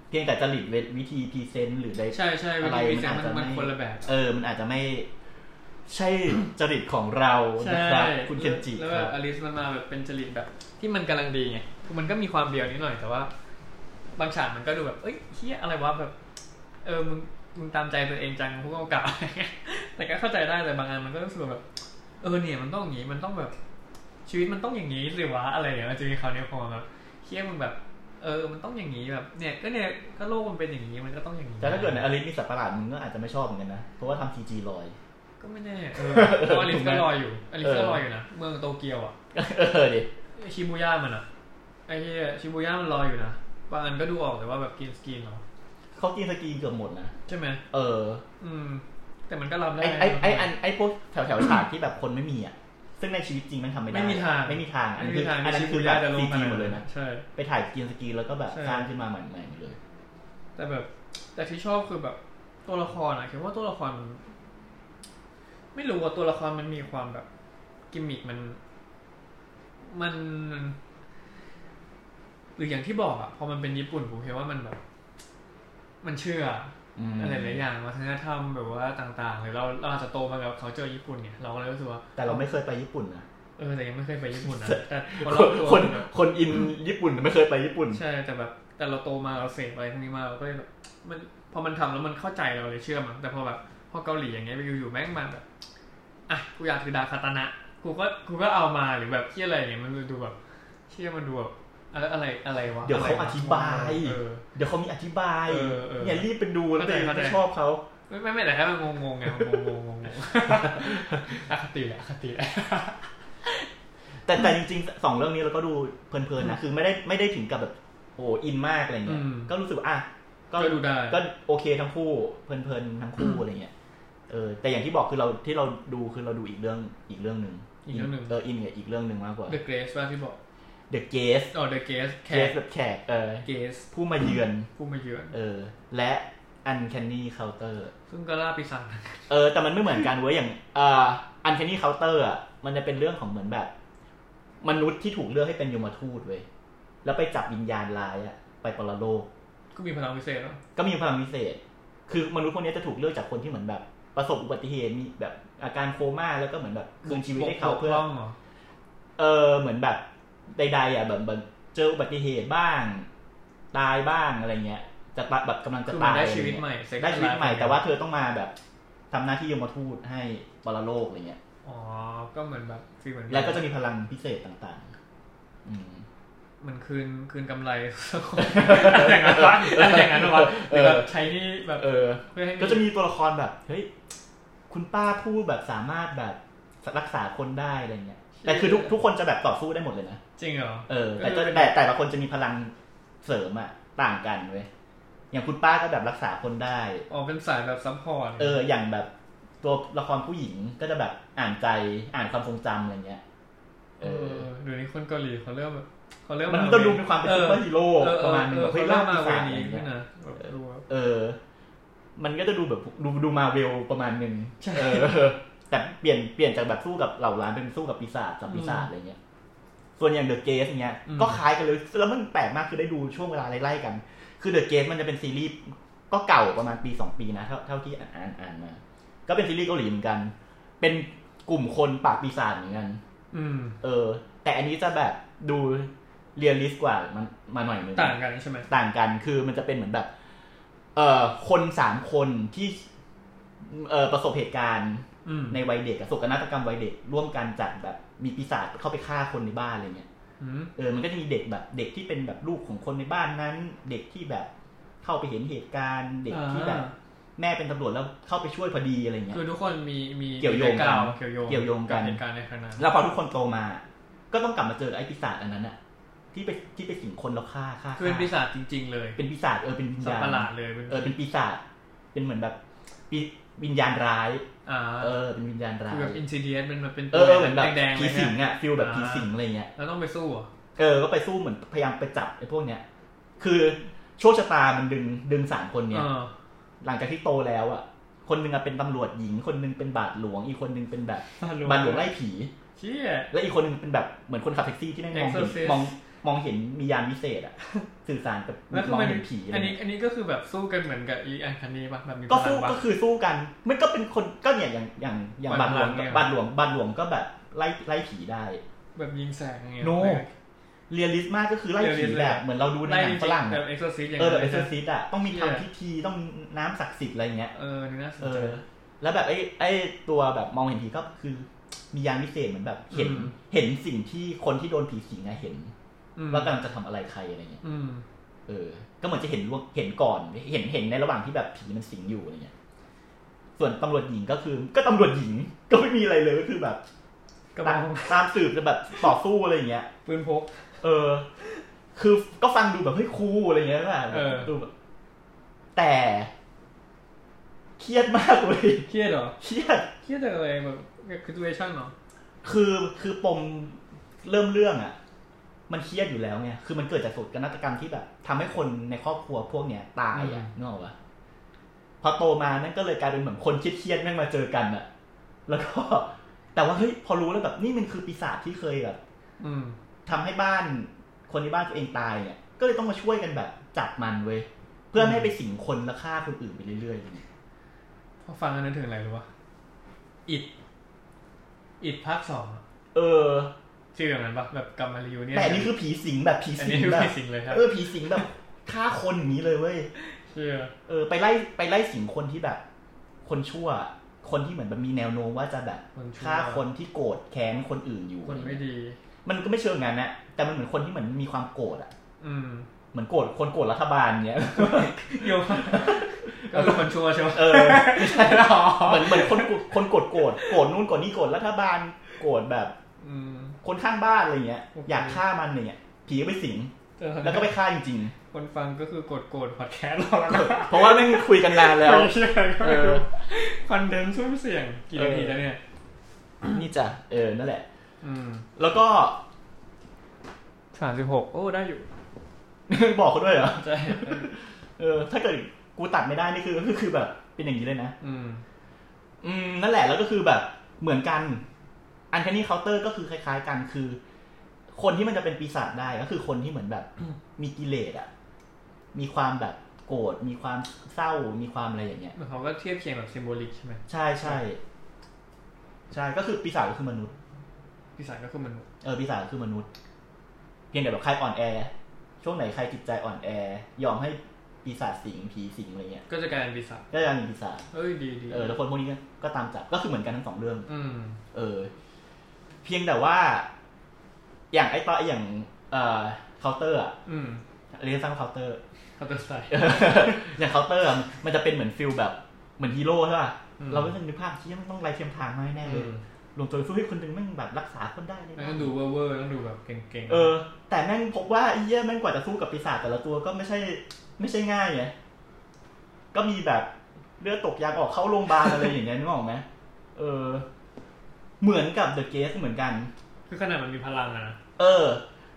Speaker 1: เพียงแต่จริตเววิธีพรีเซนต์หรือใด
Speaker 2: ใช่ใช่วิ
Speaker 1: อะไร
Speaker 2: ธีวิจาร
Speaker 1: มันอาจจะ
Speaker 2: มัน
Speaker 1: ไม่
Speaker 2: คนละแบบ
Speaker 1: เออ มันอาจจะไม่ ใช่จริตของเรา
Speaker 2: ใช่
Speaker 1: นะครับ คุณเคนจิ
Speaker 2: แล้ว
Speaker 1: ค
Speaker 2: แบ
Speaker 1: รั
Speaker 2: บบ อลิสมันมาแบบเป็นจริตแบบ ที่มันกำลังดีไงคือมันก็มีความเบียวนิดหน่อยแต่ว่า บางฉากมันก็ดูแบบ เอ้ยเฮียอะไรวะแบบ เออมึงมึงตามใจตัวเองจังพวกเก่าๆ แต่ก็เข้าใจได้แต่บางอันมันก็รู้สึกแบบ เออเนี่ยมันต้องอย่างนี้มันต้องแบบ ชีวิตมันต้องอย่างนี้สิวะอะไรอย่างเงี้ยมันจะมีคำนี้พอมาแบบเฮียมึงแบบ เออ มันต้องอย่างนี้แบบ เนี่ยก็เนี่ยก็โลกมันเป็นอย่างนี้มันก็ต้องอย่างนี้
Speaker 1: แต่ถ้าเกิดในอลิสมีสัตว์ประหลาดมึงก็อาจจะไม่ชอบเหมือนกันนะ เพราะว่าทำซีจีลอย
Speaker 2: ก็ไม่แน่เออเพราะอลิสก็ลอยอยู่อลิสก็ลอยอยู่นะเมืองโตเกียวอ่ะ
Speaker 1: เออดิ
Speaker 2: ชิบูย่ามันอ่ะไอ้ที่ชิบูย่ามันลอยอยู่นะบางอันก็ดูออกแต่ว่าแบบกินสกินเหรอ
Speaker 1: เขากินสกีเกือบหมดนะ
Speaker 2: ใช่ไหม
Speaker 1: เออ
Speaker 2: อืม แต่มันก็รับได้
Speaker 1: ไอไอไอ
Speaker 2: นะ
Speaker 1: อันไอพวกแถวแถวฉากที่แบบคนไม่มีอ่ะ ซึ่งในชีวิตจริงมันทำไม่ได้
Speaker 2: ไม่มีทาง
Speaker 1: ไม่มีทาง อัน
Speaker 2: ไม่
Speaker 1: นี้
Speaker 2: มี
Speaker 1: คือ
Speaker 2: ทาง
Speaker 1: อันนั้
Speaker 2: ที่ชิ
Speaker 1: น
Speaker 2: บู
Speaker 1: คือแบ
Speaker 2: ย่า
Speaker 1: บ
Speaker 2: จะล
Speaker 1: ซี
Speaker 2: งมา
Speaker 1: จีหมดเลยนะ
Speaker 2: ใช่
Speaker 1: ไปถ่ายกินสกีแล้วก็แบบ
Speaker 2: ใช่
Speaker 1: สร้างขึ้นมาใหม่ใหม่หมดเลย
Speaker 2: แต่แบบแต่ที่ชอบคือแบบตัวละครอะคิดว่าตัวละครมันไม่รู้ว่าตัวละครมันมีความแบบ กิมมิคมัน มัน หรืออย่างที่บอกอะพอมันเป็นญี่ปุ่นผมเห็นว่ามันแบบ มันเชื่อ
Speaker 1: อืม
Speaker 2: อะไรหลายอย่างวัฒนธรรมแบบว่าต่างๆหรือเราเราอาจจะโตมากับเขาเจอญี่ปุ่นเนี่ยเราก็เลยรู้สึกว่า
Speaker 1: แต่เราไม่เคยไปญี่ปุ่นนะ
Speaker 2: เออแต่ยังไม่เคยไปญี่ ปุ่นนะแต่พอ
Speaker 1: ค
Speaker 2: เรา
Speaker 1: น
Speaker 2: โต
Speaker 1: คน
Speaker 2: แบบ
Speaker 1: คนอินญี่ปุ่นไม่เคยไปญี่ปุ่น
Speaker 2: ใช่แต่แบบแต่เราโตมาเราเสพอะไรพวกนี้มาเราก็เลยแบบมันพอมันทำแล้วมันเข้าใจเราเลยเชื่อมันแต่พอแบบพอเกาหลีอย่างเงี้ยอยู่ๆแม่งมาแบบอ่ะกูอยากถือดาบคาตานะกูก็กูก็เอามาหรือแบบเชี่ยอะไรเนี่ยมันดูแบบเชี่ยมันดูแบบอะไรอะไรอะไรวะ
Speaker 1: เดี๋ยวเขาอธิบาย
Speaker 2: เออ
Speaker 1: เดี๋ยวเขามีอธิบาย
Speaker 2: เออเออ
Speaker 1: เนี่ยรีบไปดูแล้ว
Speaker 2: เข้า
Speaker 1: จะ
Speaker 2: ใจเข้าใจ
Speaker 1: ชอบเขา
Speaker 2: ไม่ไม่ไม่แต่แค่มันงงงๆไงมันงงงงงง อคติแหละอคติแหละ
Speaker 1: แต่แต่จริงๆสองเรื่องนี้เราก็ดูเพลินๆนะคือไม่ได้ไม่ได้ถึงกับแบบโอ้โหอินมากอะไรเงี้ย
Speaker 2: อืม
Speaker 1: ก็รู้สึกว่าอ่ะ
Speaker 2: ก็ดูได้
Speaker 1: ก็โอเคทั้งคู่เพลินๆทั้งคู่อะไรเงี้ยเออแต่อย่างที่บอกคือเราที่เราดูคือเราดูอีกเรื่องอีกเรื่องหนึ่ง
Speaker 2: อีกเรื่องหนึ่ง
Speaker 1: เอออินกับอีกเรื่องหนึ่งมากกว่า
Speaker 2: The Grace ป่ะที่บอก
Speaker 1: The g u e s t
Speaker 2: อ๋อ The Grace
Speaker 1: g u e s
Speaker 2: แ Grace
Speaker 1: t แบบแขกเออ
Speaker 2: Grace
Speaker 1: ผู้มาเยือน
Speaker 2: ผู้มาเยือน
Speaker 1: เออ และ Uncanny Counter
Speaker 2: ซึ่งก็ล่าปีศาจ
Speaker 1: เออแต่มันไม่เหมือนกันเว้ยอย่างเอ่ออันแคนี่เคาน์เตอร์อ่ะมันจะเป็นเรื่องของเหมือนแบบ มนุษย์ที่ถูกเลือกให้เป็นยมทูตเว้ยแล้วไปจับวิญญาณร้ายอ่ะไปปรโลก
Speaker 2: ก็มีพลังพิเศษแล้ว
Speaker 1: ก็มีพลังพิเศษ คือมนุษย์พวกเนี้ยจะถูกเลือกจากคนที่เหมือนแบบ ประสบอุบัติเหตุมีแบบอาการโคม่าแล้วก็เหมือนแบบคืนชีวิตให้เขาเพื่อ
Speaker 2: ปกป้งหรอ
Speaker 1: เออเหมือนแบบใดๆอ่ะแบบแบบเจออุบัติเหตุบ้าง ตายบ้างอะไรเงี้ยจะปะแบบกำลังจะ
Speaker 2: คือมั
Speaker 1: ตาน ย
Speaker 2: ได้ชีวิตใหม่
Speaker 1: อะไรเงี้ยได้ชีวิตใหม่
Speaker 2: second life
Speaker 1: แต่ว่าเธอต้องมาแบบทำหน้าที่ยมทูตให้ปรโลกอะไรเงี้ย
Speaker 2: อ๋อ ก็เหมือนแบบฟีลเหมือน
Speaker 1: แล้วก็จะมีพลังพิเศษต่างๆ อืม
Speaker 2: เหมันคืนคืนกำไรสักคนอะไรอย่างนั้นวะอะไรอย่างนั้นวะห
Speaker 1: เออ
Speaker 2: รือแบบใช้หนี่แบบ
Speaker 1: เออ
Speaker 2: เพื่อให้
Speaker 1: ก็จะมีตัวละครแบบ เฮ้ย คุณป้าผู้แบบสามารถแบบรักษาคนได้อะไรเงี้ย แต่คือทุกทุกคนจะแบบต่อสู้ได้หมดเลยนะ
Speaker 2: จริงเหรอ
Speaker 1: เออ แต่
Speaker 2: ก็
Speaker 1: จะ
Speaker 2: คือเป็น
Speaker 1: แต่แต่ละคนจะมีพลังเสริมอะต่างกันเว้ย อย่างคุณป้าก็แบบรักษาคนได้
Speaker 2: อ๋อเป็นสายแบบซัพพอร์ต
Speaker 1: เออ อย่างแบบตัวละครผู้หญิงก็จะแบบอ่านใจ อ่านความทรงจำอะไรเงี้ย เอ
Speaker 2: เอ
Speaker 1: อ
Speaker 2: อเดี๋ยวนี้คนเกาหลีเขาเริ่มแบบเขาเริ่ม
Speaker 1: มันก็ดูเป็นความเป็นซูเปอร์ฮีโร่
Speaker 2: เออ
Speaker 1: ประมาณหนึง
Speaker 2: เอ
Speaker 1: แบ
Speaker 2: อบ เอ
Speaker 1: เฮ้
Speaker 2: อย เริ่
Speaker 1: ล่าม ปี
Speaker 2: มาเว
Speaker 1: ศาจอะไร
Speaker 2: นี้
Speaker 1: เงี้ย
Speaker 2: ขึ้นนะแบบดูว่า
Speaker 1: เออ มันก็จะดูแบบดูดูมาเวลประมาณหนึ่ง
Speaker 2: ใช่
Speaker 1: เออ แต่เปลี่ยนเปลี่ยนจากแบบสู้กับเหล่าร้านเป็นสู้กับปีศาจจับปีศาจอะไรเงี้ย ส่วนอย่างเดอะเกสเนี้ย ก็คล้ายกันเลย แล้วมันแปลกมากคือได้ดูช่วงเวลาไล่ๆกัน คือเดอะเกสมันจะเป็นซีรีส์ก็เก่าประมาณปีสองปีนะเท่าเท่าที่อ่านอ่านอ่านมา ก็เป็นซีรีส์เกาหลีเหมือนกัน เป็นกลุ่มคนปราบปีศาจเหมือนกัน
Speaker 2: อืม
Speaker 1: เออ แต่อันนี้จะแบบดูเรียลลิสต์กว่ามันมาหน่อยนึง
Speaker 2: ต่างกันใช่ไหม
Speaker 1: ต่างกันคือมันจะเป็นเหมือนแบบ เอ่อคนสามคนที่เอ่อประสบเหตุการณ์
Speaker 2: อืม
Speaker 1: ในวัยเด็กอะโศกนาฏกรรมวัยเด็ก ร่วมกันจัดแบบมีปีศาจเข้าไปฆ่าคนในบ้านอะไรเงี้ย
Speaker 2: อืม
Speaker 1: เออมันก็จะมีเด็กแบบ เด็กที่เป็นแบบลูกของคนในบ้านนั้น เด็กที่แบบเข้าไปเห็นเหตุการณ์เด็กที่แบบ
Speaker 2: อ่า
Speaker 1: แม่เป็นตำรวจแล้วเข้าไปช่วยพอดีอะไรเงี้ย
Speaker 2: คือทุกคนมีมี
Speaker 1: เกี่ยวโยงกัน
Speaker 2: เกี่ยวโยง
Speaker 1: เกี่ยวโยงกัน
Speaker 2: บเหตุการณ์ในครั้งนั้น
Speaker 1: แล้วพอทุกคนโตมา ก็ต้องกลับมาเจอไอ้ปีศาจอันนั้นอะที่ไปที่ไปสิงคนแล้วฆ่าฆ่า
Speaker 2: คือเป็นปี
Speaker 1: ฆ่า
Speaker 2: ศาจจริง ๆ เลย
Speaker 1: เป็นปีศาจเออเป็นวิญ
Speaker 2: สั
Speaker 1: ญา
Speaker 2: ตว์
Speaker 1: ณ
Speaker 2: ประหลาดเลยเป็น
Speaker 1: เออเป็นปีศาจเป็นเหมือนแบบปีวิญญาณร้าย
Speaker 2: อ่า
Speaker 1: เออเป็นวิญญาณร้า
Speaker 2: คื
Speaker 1: ย
Speaker 2: อแบบอินซิเดียนมันมันเป็น
Speaker 1: เอ
Speaker 2: ตั
Speaker 1: อ
Speaker 2: ว
Speaker 1: เออเหมือนแบบ
Speaker 2: แดงๆ
Speaker 1: ผี
Speaker 2: เลย
Speaker 1: สิง
Speaker 2: นะ
Speaker 1: อ่ะฟิลแบบ
Speaker 2: อ่า
Speaker 1: ผีสิงอะไรเงี้ย
Speaker 2: แล้วต้องไปสู้เหรอ่ะ
Speaker 1: เออก็ไปสู้เหมือนพยายามไปจับไอ้พวกเนี้ยคือโชคชะตามันดึงดึงสามคน
Speaker 2: เอ
Speaker 1: เนี้ย
Speaker 2: อ
Speaker 1: หลังจากที่โตแล้วอ่ะคนหนึงอะเป็นตำรวจหญิง คนหนึงเป็นบาทหลวง อีกคนหนึงเป็นแบบบาทหลวงไล่ผี
Speaker 2: เชี่ย
Speaker 1: และอีกคนหนึงเป็นแบบเหมือนคนขับแท็กซี่ที่แม่งมองเห็น
Speaker 2: Exorcist
Speaker 1: มองมองเห็นมียานวิเศษอ่ะ สื่อสารกับ
Speaker 2: แล้วคือ
Speaker 1: มอง
Speaker 2: มัน
Speaker 1: เห็นผีอะไร
Speaker 2: อัน
Speaker 1: เงี้ย
Speaker 2: นี้อันนี้ก็คือแบบสู้กันเหมือนกับอีอันคันนี้ป่ะแบบมี
Speaker 1: ก็สู้
Speaker 2: พลังปะ
Speaker 1: ก็คือสู้กันมันก็เป็นคนก็เนี่ยอย่างอย่างอย่าง
Speaker 2: ปล่
Speaker 1: บา
Speaker 2: อย
Speaker 1: นห
Speaker 2: พ
Speaker 1: ลว
Speaker 2: ลัง
Speaker 1: ง
Speaker 2: เนี่ย
Speaker 1: บานหลวงบานหลวงก็แบบไล่ไล่ผีได้
Speaker 2: แบบยิงแสงอย่างเงี้ย
Speaker 1: No เรียลลิสต์มากก็คือไล่ผี
Speaker 2: Realist
Speaker 1: แบบ
Speaker 2: เลย
Speaker 1: เหมือนเราดูใน
Speaker 2: ไล่
Speaker 1: หนั
Speaker 2: จริ
Speaker 1: ง
Speaker 2: ง
Speaker 1: ฝรั่ง
Speaker 2: ๆแบ
Speaker 1: อะ
Speaker 2: บเอ็กซ์ซอร์อย่าง
Speaker 1: เออแบบเอ
Speaker 2: งี้ย
Speaker 1: เซอร์
Speaker 2: นะ
Speaker 1: ซิตอะต้องมีทำพิธีต้องน้ำศักดิ์สิทธิ์อะไรเงี้ย
Speaker 2: เออนี่น่าสน
Speaker 1: เอ
Speaker 2: ใจ
Speaker 1: อ แล้วแบบไอ้ไอ้ตัวแบบมองเห็นผีก็คือ มียานวิเศษเหมือนแบบเห็น
Speaker 2: อืม
Speaker 1: เห็นสิ่งที่คนที่โดนผีสิงอะเห็น
Speaker 2: อืม
Speaker 1: ว่ากำลังจะทำอะไรใครอะไรเงี้ย
Speaker 2: อืม
Speaker 1: เออ ก็เหมือนจะเห็นล่วงเห็นก่อนเห็นเห็นในระหว่างที่แบบผีมันสิงอยู่อะไรเงี้ย ส่วนตำรวจหญิงก็คือ ก็ตำรวจหญิง ก็ไม่มีอะไรเลยก็คือแบบ
Speaker 2: กระบอ
Speaker 1: ตาง มตามสืบจะแบบต่อสู้อะไรอย่างเงี้ย
Speaker 2: ปืนพก
Speaker 1: เออ คือก็ฟังดูแบบเฮ้ยครูอะไรเงี้ยแบบ
Speaker 2: เออ
Speaker 1: ดูแบบแต่เครียดมากเลย
Speaker 2: เครียดเหรอ
Speaker 1: เครียด
Speaker 2: เครียดจากอะไรแบบคือตัวเอชั่นเหรอ
Speaker 1: คือคือปมเริ่มเรื่องอะ่ะ มันเครียดอยู่แล้วไงคือมันเกิดจากโศกนาฏกรรมที่แบบทำให้คนในครอบครัวพวกเนี้ยตายอะ่ะ
Speaker 2: อืม
Speaker 1: นึกออกปะพอโตมานั่นก็เลยกลายเป็นเหมือนคนเครียดๆแม่งมาเจอกันอะ่ะ แล้วก็ แต่ว่าเฮ้ยพอรู้แล้วแบบนี่มันคือปีศาจที่เคยแบบ
Speaker 2: อืม
Speaker 1: ทำให้บ้านคนในบ้านตัวเองตายเนี่ย ก็เลยต้องมาช่วยกันแบบจับมันเว้ยเพื่อไม่ให้ไปสิงคนและฆ่าคนอื่นไปเรื่อยๆอย่างเงี้ย
Speaker 2: พอฟังอันนั้นถึงอะไรรู้ปะอิดอิดภาคสองอะ
Speaker 1: เออ
Speaker 2: ชื่ออย่างนั้นปะแบบกรรมาริวเนี่ย
Speaker 1: แต่อันนี้คือผีสิงแบบผี
Speaker 2: อัน
Speaker 1: สิ
Speaker 2: นี้
Speaker 1: ง
Speaker 2: คือ
Speaker 1: แบ
Speaker 2: ผี
Speaker 1: บ
Speaker 2: สิงเลยครับ
Speaker 1: เออผีสิงแบบฆ่าคนอย่างนี้เลยเว้ย
Speaker 2: เชื่อ
Speaker 1: เออไปไล่ไปไล่สิงคนที่แบบ คนชั่ว คนที่เหมือนแบบมีแนวโน้มว่าจะแบบ
Speaker 2: คนชั่ว
Speaker 1: ฆ่าคนที่โกรธแค้นคนอื่นอยู่
Speaker 2: คนไม่ดี
Speaker 1: มันก็ไม่เชิงงานนะแต่มันเหมือนคนที่เหมือนมีความโกรธอ่ะ
Speaker 2: อืม
Speaker 1: เหมือนโกรธคนโกรธรัฐบาลเนี้ย
Speaker 2: โยมก็คือคนชั่วใช่ไหม
Speaker 1: เออไม่ใช่
Speaker 2: หรอ
Speaker 1: เหมือนเหมือนคนโกรธคนโกรธโกรธโกรธนู่นโกรธนี่โกรธรัฐบาลโกรธแบบ
Speaker 2: อืม
Speaker 1: คนข้างบ้านอะไรเงี้ย
Speaker 2: โอเค
Speaker 1: อยากฆ่ามันอะไรเงี้ยผีก็ไป สิง
Speaker 2: เจอ
Speaker 1: แล้วก็ไปฆ่าจริง
Speaker 2: คนฟังก็คือกดโกรธพอดแคสต์เราแล้วนะ
Speaker 1: ๆ เพราะว่าแม่งคุยกันนาน แล้ว
Speaker 2: ไม่เชื่อก็ไม่
Speaker 1: เอ
Speaker 2: รู้
Speaker 1: อ
Speaker 2: คอนเทนต์ซุ่มเสียงกี่นาที
Speaker 1: เออ
Speaker 2: แล้วเนี่ย
Speaker 1: นี่จ้ะเออนั่นแหละ
Speaker 2: อืม
Speaker 1: แล้วก็
Speaker 2: สามสิบหกโอ้ได้อยู่
Speaker 1: บอกเขาด้วยเหรอ
Speaker 2: ใช่
Speaker 1: เออถ้าเกิดกูตัดไม่ได้นี่คือ ก็คือแบบเป็นอย่างนี้เลยนะ
Speaker 2: อืม
Speaker 1: อืมนั่นแหละแล้วก็คือแบบเหมือนกัน อันแค่นี้เคาน์เตอร์ก็คือคล้ายๆกันคือ คนที่มันจะเป็นปีศาจได้ก็คือคนที่เหมือนแบบ มีกิเลสอะมีความแบบโกรธมีความเศร้ามีความอะไรอย่างเงี้ย
Speaker 2: เหมือนเขาก็เทียบเคียงแบบซิมโบลิกใช่ไหม
Speaker 1: ใช่ใช่ใช่ก็คือปีศาจก็คือมนุษย์
Speaker 2: ปีศาจก็คือมนุษย์
Speaker 1: เออปีศาจก็คือมนุษย์ เพียงแต่แบบใครอ่อนแอ ช่วงไหนใครจิตใจอ่อนแอ ยอมให้ปีศาจสิงผีสิงอะไรเงี้ย
Speaker 2: ก็จะกลายเป็นปีศาจ
Speaker 1: ก็จะเป็นปีศาจ
Speaker 2: เอ้ยดีดี
Speaker 1: เออแล้วคนพวกนี้ก็ก็ตามจับก็คือเหมือนกันทั้งสองเรื่อง
Speaker 2: อืม
Speaker 1: เออ เพียงแต่ว่า อย่างไอ้ตอนอย่าง เอ่อเคาน์เตอร์อะ
Speaker 2: อืม
Speaker 1: เรียกสั้นว่าเคาน์เตอ ร์
Speaker 2: เขาจะใส่
Speaker 1: อย่างเคาน์เตอร์อะมันจะเป็นเหมือนฟิลแบบ เหมือนฮีโร่ใช่ป่ะ
Speaker 2: อืม
Speaker 1: เราก็จะนึกภาพที่มันต้องไล่เทียมทางมาให้แน่เลยรวมตัวสู้ให้คนหนึ่งแม่งแบบรักษาคนได้เลย
Speaker 2: แล้ว
Speaker 1: นะ
Speaker 2: ต้องดูเวอร์ๆต้องดูแบบเก่งๆ
Speaker 1: เออ แต่แม่งพบว่าไอ้เหี้ยแม่งกว่าจะสู้กับปีศาจแต่ละตัวก็ไม่ใช่ ไม่ใช่ง่ายไงก็มีแบบเลือดตกยางออกเข้าโรงพยาบาลอะไรอย่างเงี้ยนึกออกไหมเออ เหมือนกับเดอะเกสเหมือนกัน
Speaker 2: คือขนาดมันมีพลังอะนะ
Speaker 1: เออ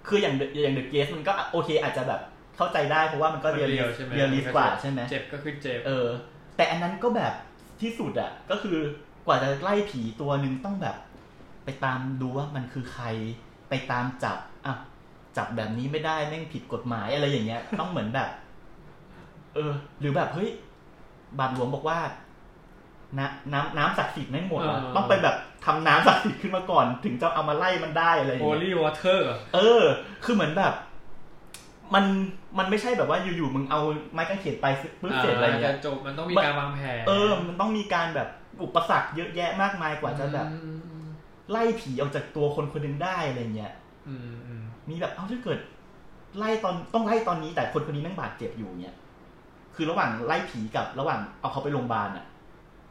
Speaker 1: คืออย่าง The- อย่างเดอะเกสมันก็โอเค อาจจะแบบเข้าใจได้เพราะว่ามันก็
Speaker 2: มัน
Speaker 1: เรียล
Speaker 2: เรี
Speaker 1: ลิ
Speaker 2: ยล
Speaker 1: ส
Speaker 2: ใช่ไหม
Speaker 1: เรียลลิส
Speaker 2: มัน
Speaker 1: ก
Speaker 2: ก็
Speaker 1: ว่าใช่ไหม
Speaker 2: เจ็บก็คือเจ็บ
Speaker 1: เออ แต่อันนั้นก็แบบที่สุดอ่ะ ก็คือกว่าจะไล่ผีตัวหนึ่งต้องแบบ ไปตามดูว่ามันคือใคร ไปตามจับอ่ะจับแบบนี้ไม่ได้แม่งผิดกฎหมายอะไรอย่างเงี้ย ต้องเหมือนแบบ เออ หรือแบบเฮ้ยบาทหลวงบอกว่า น้ำน้ำน้ำศักดิ์สิทธิ์แม่งหมดอะต้องไปแบบทำน้ำศักดิ์สิทธิ์ขึ้นมาก่อน ถึงจะเอามาไล่มันได้อะไรอย่าง
Speaker 2: โอ
Speaker 1: เงี้ย
Speaker 2: ลี่วอเตอร์
Speaker 1: เออ คือเหมือนแบบ มัน มันไม่ใช่แบบว่าอยู่ๆ มึงเอาไม้กางเขนไปปึ๊บเสร็จอะไร
Speaker 2: จะ
Speaker 1: เงี้ย
Speaker 2: จบมันต้องมีการวางแผน
Speaker 1: เออ มันต้องมีการแบบอุปสรรคเยอะแยะมากมายกว่าจะแบบ
Speaker 2: อืม
Speaker 1: ไล่ผีออกจากตัวคนคนหนึงได้อะไรเงี้ย
Speaker 2: อืมอืม
Speaker 1: มีแบบ เอ้าถ้าเกิด ไล่ตอน ต้องไล่ตอนนี้แต่คนคนนี้แม่งบาดเจ็บอยู่เงี้ย คือระหว่างไล่ผีกับระหว่างเอาเขาไปโรงพยาบาลอ่ะ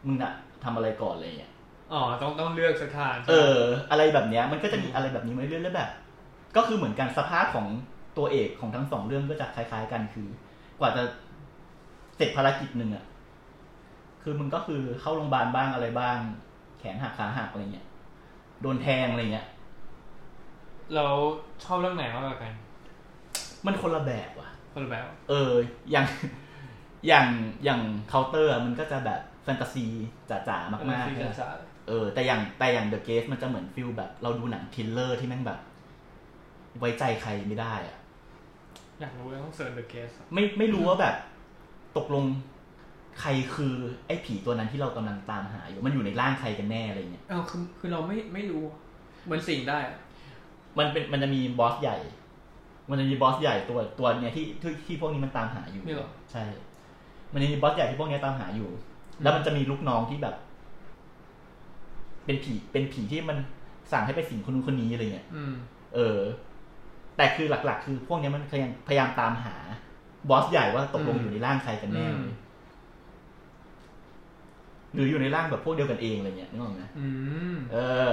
Speaker 1: มึงอะทำอะไรก่อนอะไรเงี้ย
Speaker 2: อ๋อต้องต้องเลือกสถาน
Speaker 1: เออ อะไรแบบเนี้ย มันก็จะมีอะไรแบบนี้มาเรื่อยๆแล้วแบบ ก็คือเหมือนกันสภาพของตัวเอกของทั้งสองเรื่องก็จะคล้าย ๆ กันคือ กว่าจะเสร็จภารกิจหนึ่งอะคือมึงก็คือเข้าโรงพยาบาลบ้างอะไรบ้าง แขนหักขาหักอะไรเงี้ยโดนแทงอะไรเงี้ย
Speaker 2: เราชอบเรื่องไหนมากกว่ากัน
Speaker 1: มันคนละแบบว่ะ
Speaker 2: คนละแบบ
Speaker 1: เออ อย่าง อย่างอย่างเคาน์เตอร์มันก็จะแบบแฟนตาซีจ๋าๆมากๆ
Speaker 2: ซี
Speaker 1: ใช่
Speaker 2: ซั่น
Speaker 1: ปะ
Speaker 2: สาม
Speaker 1: เออแต่อย่างแต่อย่างเดอะเกสมันจะเหมือนฟิลแบบ เราดูหนังทริลเลอร์ที่แม่งแบบ ไว้ใจใครไม่ได้อะ
Speaker 2: อยากรู้เลยต้องเสิร์ชเดอะเกส
Speaker 1: ไม่ไม่รู้ว่าแบบ ตกลงใครคือไอ้ผีตัวนั้นที่เรากำลังตามหาอยู่มันอยู่ในร่างใครกันแน่อะไรเงี้ย
Speaker 2: อ้าวคือคือเราไม่ไม่รู้เหมือนสิ่งได้อะ
Speaker 1: มันเป็นมันจะมีบอสใหญ่ มันจะมีบอสใหญ่ตัวตัวเนี้ยที่ที่ที่พวกนี้มันตามหาอยู่
Speaker 2: นี่เหรอ
Speaker 1: ใช่ มันจะมีบอสใหญ่ที่พวกเนี้ยตามหาอยู่ แล้วมันจะมีลูกน้องที่แบบ เป็นผีเป็นผีที่มันสั่งให้ไปสิงคนนู้นคนนี้อะไรเงี้ย
Speaker 2: อืม
Speaker 1: เออ แต่คือหลักๆ คือพวกเนี้ยมันพยายามพยายามตามหาบอสใหญ่ว่าตกลง
Speaker 2: อืม
Speaker 1: อยู่ในร่างใครกัน
Speaker 2: อื
Speaker 1: แน่
Speaker 2: ม
Speaker 1: หรืออยู่ในร่างแบบพวกเดียวกันเองอะไรเงี้ยนึกออกไหม
Speaker 2: อืม
Speaker 1: เออ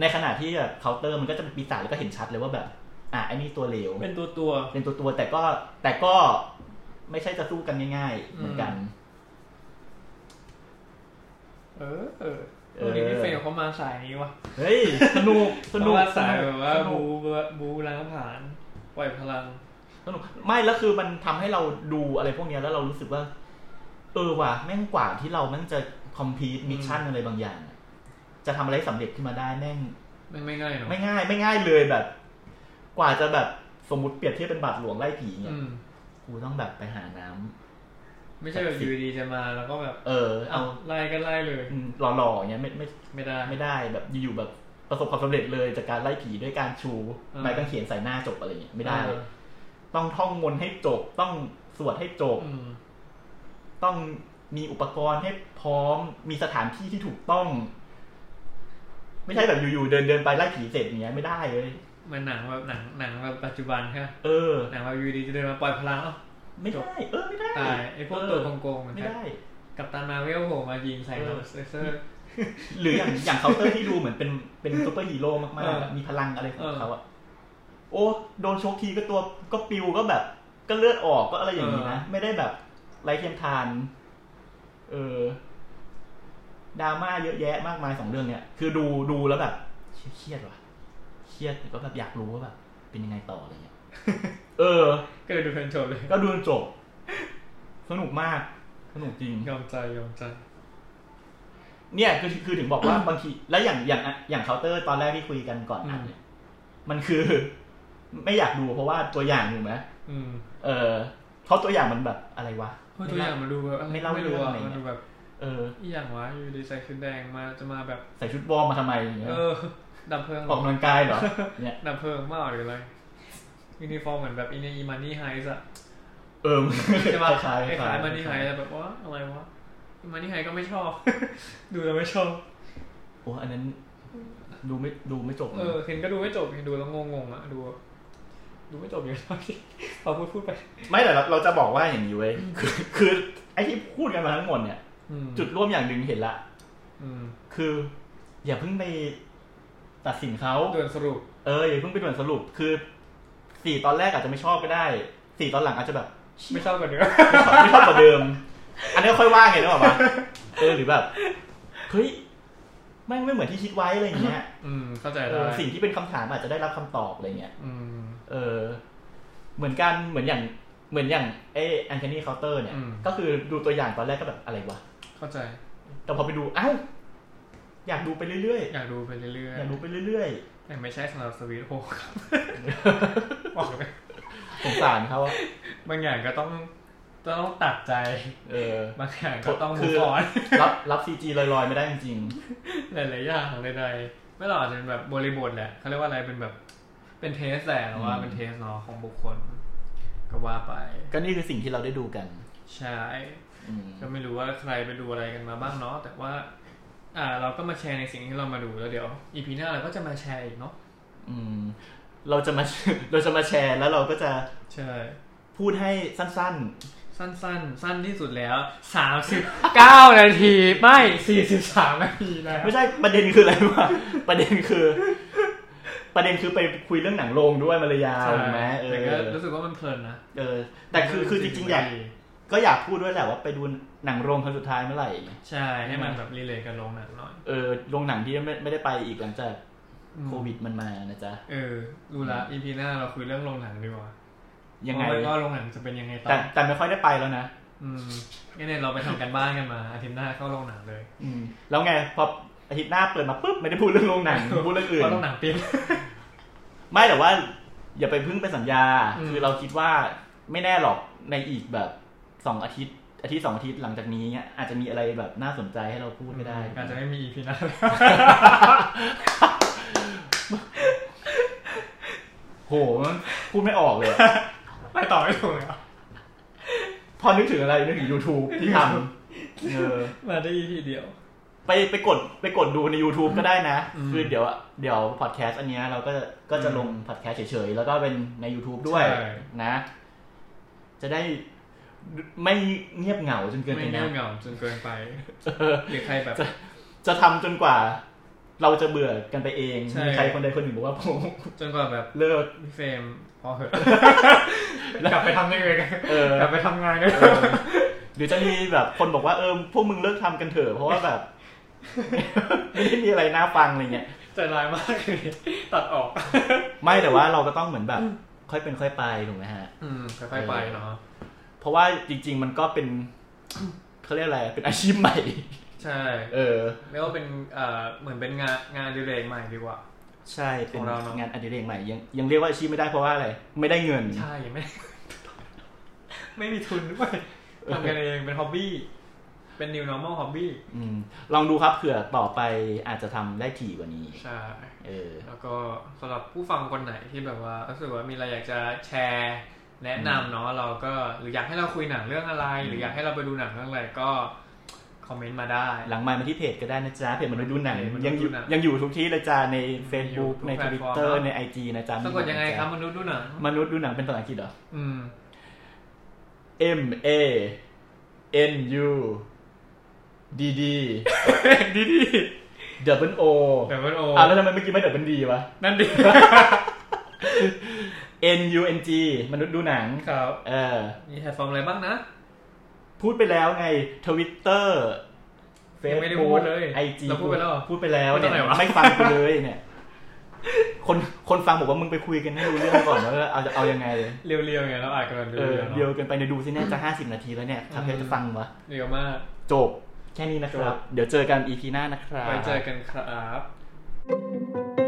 Speaker 1: ในขณะที่แบบเคาน์เตอร์มันก็จะเป็นปีศาจแล้วก็เห็นชัดเลยว่าแบบ อ่ะไอ้นี่ตัวเหลว
Speaker 3: เป็นตัวตัว
Speaker 1: เป็นตัวตัวๆแต่ก็แต่ก็ไม่ใช่จะสู้กันง่าย ๆ เหมือนกัน
Speaker 2: เออเออ
Speaker 1: เอ
Speaker 2: เอ
Speaker 1: อ
Speaker 2: อนี่พี่เฟลเขามาสายนี้ว่ะ
Speaker 1: เฮ้ยสนุกสนุก
Speaker 2: เขามาสายแบบว่า
Speaker 1: สนุ
Speaker 2: บู
Speaker 1: ก
Speaker 2: บูล้างผ่าน ปล่อยพลัง
Speaker 1: สนุกไม่แล้วคือมันทำให้เราดูอะไรพวกเนี้ยแล้วเรารู้สึกว่า เออว่ะแม่งกว่าที่เราแม่งจะคอมพ e ี e มิชชั่นอะไรบางอย่างอะจะทำอะไรสำเร็จขึ้นมาได้แม่ง
Speaker 2: ไม่ไม่ง่ายเนอะ
Speaker 1: ไม่ง่าย ไม่ง่ายเลยแบบ กว่าจะแบบสมมติเปรียบเทียบเป็นบาทหลวงไล่ผีเนี่
Speaker 2: อื
Speaker 1: ย
Speaker 2: ม
Speaker 1: กูต้องแบบไปหาน้ำ
Speaker 2: ไม่ใช่แบบอยู่ดีๆจะมาแล้วก็แบบ
Speaker 1: เออ เอา
Speaker 2: เอาไล่ก็ไล่เลย
Speaker 1: อืมหล่อๆเนี่ยไม่ไม่
Speaker 2: ไม่ได้
Speaker 1: ไม่ได้แบบอยู่ๆแบบประสบความสำเร็จเลยจากการไล่ผีด้วยการชู
Speaker 2: เออ
Speaker 1: ไม้กางเขนใส่หน้าจบอะไรอย่างเงี้ยไม่ได้
Speaker 2: เออ
Speaker 1: ต้องท่องมนต์ให้จบ ต้องสวดให้จบ
Speaker 2: อืม
Speaker 1: ต้องมีอุปกรณ์ให้พร้อมมีสถานที่ที่ถูกต้อง ไม่ใช่แบบอยู่ๆเดินเดินๆไปไล่ผีเสร็จอย่างเงี้ยไม่ได้เลย
Speaker 2: มันหนังแบบหนังหนังแบบปัจจุบันใช่ไหม
Speaker 1: เออ
Speaker 2: หนังแบบอยู่ดีจะเดินมาปล่อยพลังเอ้า
Speaker 1: ไม่ได้ เออไม่ได้
Speaker 2: ตายไอ้พวก
Speaker 1: เ
Speaker 2: ตัวโกงๆมัน
Speaker 1: ไม่
Speaker 2: ครับ
Speaker 1: ได้
Speaker 2: กับตันมาเวลโผล่มายิงใส่
Speaker 1: เออ
Speaker 2: เราเซอร์
Speaker 1: หรืออย่างอย่างเคาน์เตอร์ที่ดูเหมือนเป็นเป็นซูเปอร์ฮีโร่มาก
Speaker 2: เออ
Speaker 1: ๆอะมีพลังอะไรขอ
Speaker 2: เอง อ
Speaker 1: เขาอะโอ้โดนชกทีก็ตัวก็ปิวก็แบบ ก็เลือดออกก็อะไรอย่างนี้นะ ไม่ได้แบบไรเทียมทาน เออดราม่าเยอะแยะมากมายสองเรื่องเนี่ย คือดูดูแล้วแบบเชี่ยเครียดว่ะเครียดแต่ก็แบบอยากรู้ว่าแบบเป็นยังไงต่ออะไรเงี้ย เออ
Speaker 2: ก็ดูเพลินโจบเลย
Speaker 1: ก็ดูจนจบ สนุกมาก สนุกจริง
Speaker 2: ยอมใจยอมใจ
Speaker 1: เนี่ยคือคือถึงบอกว่า บางทีแล้วอย่างอย่างอย่างเคาน์เตอร์ตอนแรกที่คุยกันก่อนอัดเนี่ยมันคือ ไม่อยากดูเพราะว่าตัวอย่างอยู่ไหม
Speaker 2: อืม
Speaker 1: เออเพราะตัวอย่างมันแบบอะไรวะ
Speaker 2: เพราะตัวอย่างมันดูแบบ
Speaker 1: ไม่เล่า
Speaker 2: ไม่รู้
Speaker 1: เรื่อง
Speaker 2: อะ
Speaker 1: อะไรเงี้ย
Speaker 2: มันดูแบบ
Speaker 1: เออ
Speaker 2: อีอย่างวะอยู่ดีใส่ชุดแดงมาจะมาแบบ
Speaker 1: ใส่ชุดวอร์มมาทำไมอย่างเงี้ย
Speaker 2: เออดับเพลิง
Speaker 1: ออกกำลังกายเหรอ เนี่ย
Speaker 2: ดับเพลิงมากหรืออะไรยูนิฟอร์มเหมือนแบบอินเนอีมันนี่ไฮส์อะ
Speaker 1: เออ
Speaker 2: ใช่ปะ
Speaker 1: คล้าย
Speaker 2: ไอ้
Speaker 1: ๆค
Speaker 2: ขา
Speaker 1: ล้าย ยๆ
Speaker 2: มันนี่ไฮส์แบบว่าอะไรวะมันนี่ไฮก็ไม่ชอบ ดูแล้วไม่ชอบ
Speaker 1: โอ้อันนั้น ดูไม่ดูไม่จบ
Speaker 2: เออเห็นก็ดูไม่จบเห็นดูแล้วงงๆอะดู ดูไม่จบอยู่แล้วที่ พอพูดพูดไป
Speaker 1: ไม่แต่เราเราจะบอกว่าอย่างนี้เว้ยคือคือไอ้ที่พูดกันมาทั้งหมดเนี่ย
Speaker 2: อืม
Speaker 1: จุดร่วมอย่างหนึ่งเห็นละ
Speaker 2: อืม
Speaker 1: คือ อย่าเพิ่งไปตัดสินเขา
Speaker 2: ด่วนสรุป
Speaker 1: เอออย่าเพิ่งไปด่วนสรุปคือสี่ตอนแรกอาจจะไม่ชอบก็ได้สี่ตอนหลังอาจจะแบบ
Speaker 2: ไม่ช อบกันเนื้อ
Speaker 1: ไม่ชอบไม่ชอบกว่าเดิม อันนี้ค่อยว่าไงนะบอกว่าเออหรือแบบเฮ้ยแม่งไม่เหมือนที่คิดไว้อะไรอย่างเงี้ย
Speaker 2: อืม เข้าใจ
Speaker 1: เอ
Speaker 2: ได้
Speaker 1: อสิ่งที่เป็นคำถามอาจจะได้รับคำตอบอะไรเงี้ย
Speaker 2: อืม
Speaker 1: เออ เหมือนกันเหมือนอย่างเหมือนอย่างไอแอนโทนีเคาน์เตอร์เนี่ย
Speaker 2: อืม
Speaker 1: ก็คือดูตัวอย่างตอนแรกก็แบบอะไรวะ
Speaker 2: เข้าใจ
Speaker 1: แต่พอไปดูเอ้าอยากดูไปเรื่อย
Speaker 2: อยากดูไปเรื่อ
Speaker 1: ๆ
Speaker 2: ย
Speaker 1: อยากดูไปเรื่อย
Speaker 2: ๆแต่ไม่ใช่สำหรับสวีทโฮม ครับ บอกเลย
Speaker 1: ๆสงสารเขาอะ
Speaker 2: บางอย่างก็ต้องต้องตัดใจ
Speaker 1: เออ
Speaker 2: บางอย่างก็ต้อง
Speaker 1: คื
Speaker 2: มู
Speaker 1: อ
Speaker 2: ฟออน
Speaker 1: รับรับซีจีลอยๆไม่ได้จริงๆ
Speaker 2: หลายๆอย่างใดๆไม่หรอกอาจจะเป็นแบบบริบทแหละเขาเรียกว่าอะไรเป็นแบบเป็นเทสแหละเราว่าเป็นเทสเนาะของบุคคล ก็ว่าไป
Speaker 1: ก็นี่คือสิ่งที่เราได้ดูกัน
Speaker 2: ใช่ ก็ไม่รู้ว่าใครไปดูอะไรกันมาบ้างเนาะแต่ว่า อ่า เราก็มาแชร์ในสิ่งที่เรามาดูแล้วเดี๋ยวอีพีหน้าเราก็จะมาแชร์อีกเนาะ
Speaker 1: อืมเราจะมา เราจะมาแชร์แล้วเราก็จะ
Speaker 2: ใช่
Speaker 1: พูดให้สั้น
Speaker 2: สั้นๆ สั้นที่สุดแล้ว 39 นาที ไม่ 43 นาทีนะ
Speaker 1: ๆ ไม่ใช่ประเด็นคืออะไรวะ ประเด็นคือ ประเด็นคือไปคุยเรื่องหนังโรงด้วยมารยาวถูกไหมเอ
Speaker 2: แต่ก็
Speaker 1: อ
Speaker 2: รู้สึกว่ามันเพลินนะ
Speaker 1: เออ แต่คือคือจริงๆอยากก็อยากพูดด้วยแหละว่าไปดูหนังโรงครั้งสุดท้ายเมื่อไหร่
Speaker 2: ใช่ให้มันแบบรีเลทกันลงหนังหน่อย
Speaker 1: เออโรงหนังที่ไม่ไม่ได้ไปอีกหลังจาก
Speaker 2: อืม
Speaker 1: โควิดมันมานะจ๊ะ
Speaker 2: เออรู้ละอีพีหน้าเราคุยเรื่องโรงหนังดีกว่า
Speaker 1: ยั
Speaker 2: ยัง
Speaker 1: ไง
Speaker 2: แล้วก็โรงหนังจะเป็นยังไงต่อ
Speaker 1: แต่แต่ไม่ค่อยได้ไปแล้วนะ
Speaker 2: อืมงั้นเนี่ยเราไปทำกันบ้านกันมาอาทิตย์หน้าเข้าโรงหนังเลย
Speaker 1: อืม แล้วไงพออาทิตย์หน้าเปิดมาปุ๊บไม่ได้พูดเรื่องโรงหนังพูดเรื่องอื่น
Speaker 2: เพราะโรงหนังปิด
Speaker 1: ไม่แต่ว่าอย่าไปพึ่งไปสัญญา
Speaker 2: อืม
Speaker 1: คือเราคิดว่าไม่แน่หรอกในอีกแบบสองอาทิตย์ อาทิตย์สองอาทิตย์หลังจากนี้เนี่ยอาจจะมีอะไรแบบน่าสนใจให้เราพูดก็ได้
Speaker 2: อาจจะไม่มีอีพีหน้าแล้ว
Speaker 1: โหมันพูดไม่ออกเลยอะ
Speaker 2: ไปต่อไม่ถูกเลยอ่ะ
Speaker 1: พอนึกถึงอะไรนึกถึง YouTube ที่ทำเออ
Speaker 2: มาได้ EP เดียว
Speaker 1: ไปไปกดไปกดดูใน YouTube ก็ได้นะ
Speaker 2: อืม
Speaker 1: คือเดี๋ยวเดี๋ยวพอดแคสต์อันเนี้ยเราก็ก็จะลงพอดแคสต์เฉยๆ แล้วก็เป็นใน YouTube ด้วย
Speaker 2: ใช่
Speaker 1: นะ จะได้ไม่เงียบเหงาจนเกินไป
Speaker 2: ไม่เงี
Speaker 1: นะ
Speaker 2: ยบเหงาจนเกินไปหรือใครแบบ
Speaker 1: จะทำจนกว่า เราจะเบื่อกันไปเอง
Speaker 2: ใช่
Speaker 1: มีใครคนใดคนหนึ่งบอกว่าผม
Speaker 2: จนกว่าแบบ
Speaker 1: เลิก
Speaker 2: พี่เฟรมพอเห อะกลับไปทำได้เลย
Speaker 1: เออ
Speaker 2: กลับไปทำงาน ได้
Speaker 1: เออหรือจะมีแบบคนบอกว่าเออพวกมึงเลิกทำกันเถอะเพราะว่าแบบ ไม่ได้มีอะไรน่าฟังอะไรเงี้ย
Speaker 2: ใจร้ายมากเลยตัดออก
Speaker 1: ไม่แต่ว่าเราก็ต้องเหมือนแบบ ค่อยเป็นค่อยไปถูกไหมฮะ
Speaker 2: อืมค่อยๆไปเนาะ
Speaker 1: เพราะว่าจริง ๆ มันก็เป็น เขาเรียกอะไรเป็นอาชีพใหม่
Speaker 2: ใช่
Speaker 1: เออ
Speaker 2: เรียกว่าเป็นเอ่อเหมือนเป็นงานงานอดิเรกใหม่ดีกว่า
Speaker 1: ใช่เป็น
Speaker 2: ของเราเนอะ
Speaker 1: งานอดิเรกใหม่ยังยังเรียกว่าอาชีพไม่ได้เพราะว่าอะไร ไม่ได้เงิน
Speaker 2: ใช่ไม่ ไม่มีทุนด้วยทำกันเองเป็นฮ็อบบี้ เป็น new normal hobby
Speaker 1: อืมลองดูครับเผื่อต่อไปอาจจะทำได้ถี่กว่านี้
Speaker 2: ใช่
Speaker 1: เออ
Speaker 2: แล้วก็สำหรับผู้ฟังคนไหนที่แบบว่ารู้สึกว่ามีอะไรอยากจะแชร์แนะนำเนาะเราก็หรืออยากให้เราคุยหนังเรื่องอะไร หรืออยากให้เราไปดูหนังเรื่องอะไรก็คอมเมนต์มาได้
Speaker 1: หลังไมค์มาที่เพจก็ได้นะจ๊ะเพจมันษย์ดูหนัง
Speaker 2: เพจมนุษย์
Speaker 1: ยังอยู่
Speaker 2: ดูหนัง
Speaker 1: ยังอยู่ทุกที่เลยจ้าใน
Speaker 2: อยู่
Speaker 1: Facebook
Speaker 2: ทุก
Speaker 1: ใน
Speaker 2: แพลตฟอร์ม
Speaker 1: Twitter ใน IG นะจ๊ะ
Speaker 2: สะกดยังไงครับมนุษย์ดูหนัง
Speaker 1: มนุษย์ดูหนังเป็นภาษาอังกฤษเหรอ
Speaker 2: อืม
Speaker 1: M A N U D D
Speaker 2: ดีดี
Speaker 1: double O
Speaker 2: แต่ว่าโอ
Speaker 1: อ้าวแล้วทำไมเมื่อกี้ไม่ double D วะ
Speaker 2: นั่นดี
Speaker 1: N U N G มนุษย์ดูหนัง
Speaker 2: ครับ
Speaker 1: เออ
Speaker 2: มีแพลตฟอร์มอะไรบ้างนะ
Speaker 1: พูดไปแล้วไงทวิตเตอร์เฟ
Speaker 2: ยั
Speaker 1: ซ
Speaker 2: งไม่ได้
Speaker 1: บุ๊
Speaker 2: พู
Speaker 1: ก
Speaker 2: ดเลย
Speaker 1: ไอจี
Speaker 2: เราพูดไปแล้วเหรอ
Speaker 1: พูดไปแล้ว
Speaker 2: พูดต
Speaker 1: เนี่
Speaker 2: อนไห
Speaker 1: ยว
Speaker 2: นะ
Speaker 1: ไม่ฟังกูเลยเนี่ย คนคนฟังบอกว่ามึงไปคุยกันให้รู้เรื่องก่อนแล้วเอาจะเอายังไง
Speaker 2: เรียวๆไงเราอ่านกันเรี
Speaker 1: เออ
Speaker 2: ยวๆ
Speaker 1: เดียว
Speaker 2: เนาะ
Speaker 1: เกินไปเดี๋ยวดูสิเนี่ยจะห้าสิบนาทีแล้วเนี่ยครับ
Speaker 2: อืม
Speaker 1: ใครจะฟังวะ
Speaker 2: เรียวมาก
Speaker 1: จบแค่นี้นะครับ
Speaker 2: จบ
Speaker 1: เดี๋ยวเจอกันอีพีหน้านะครับ
Speaker 2: ไปเจอกันครับ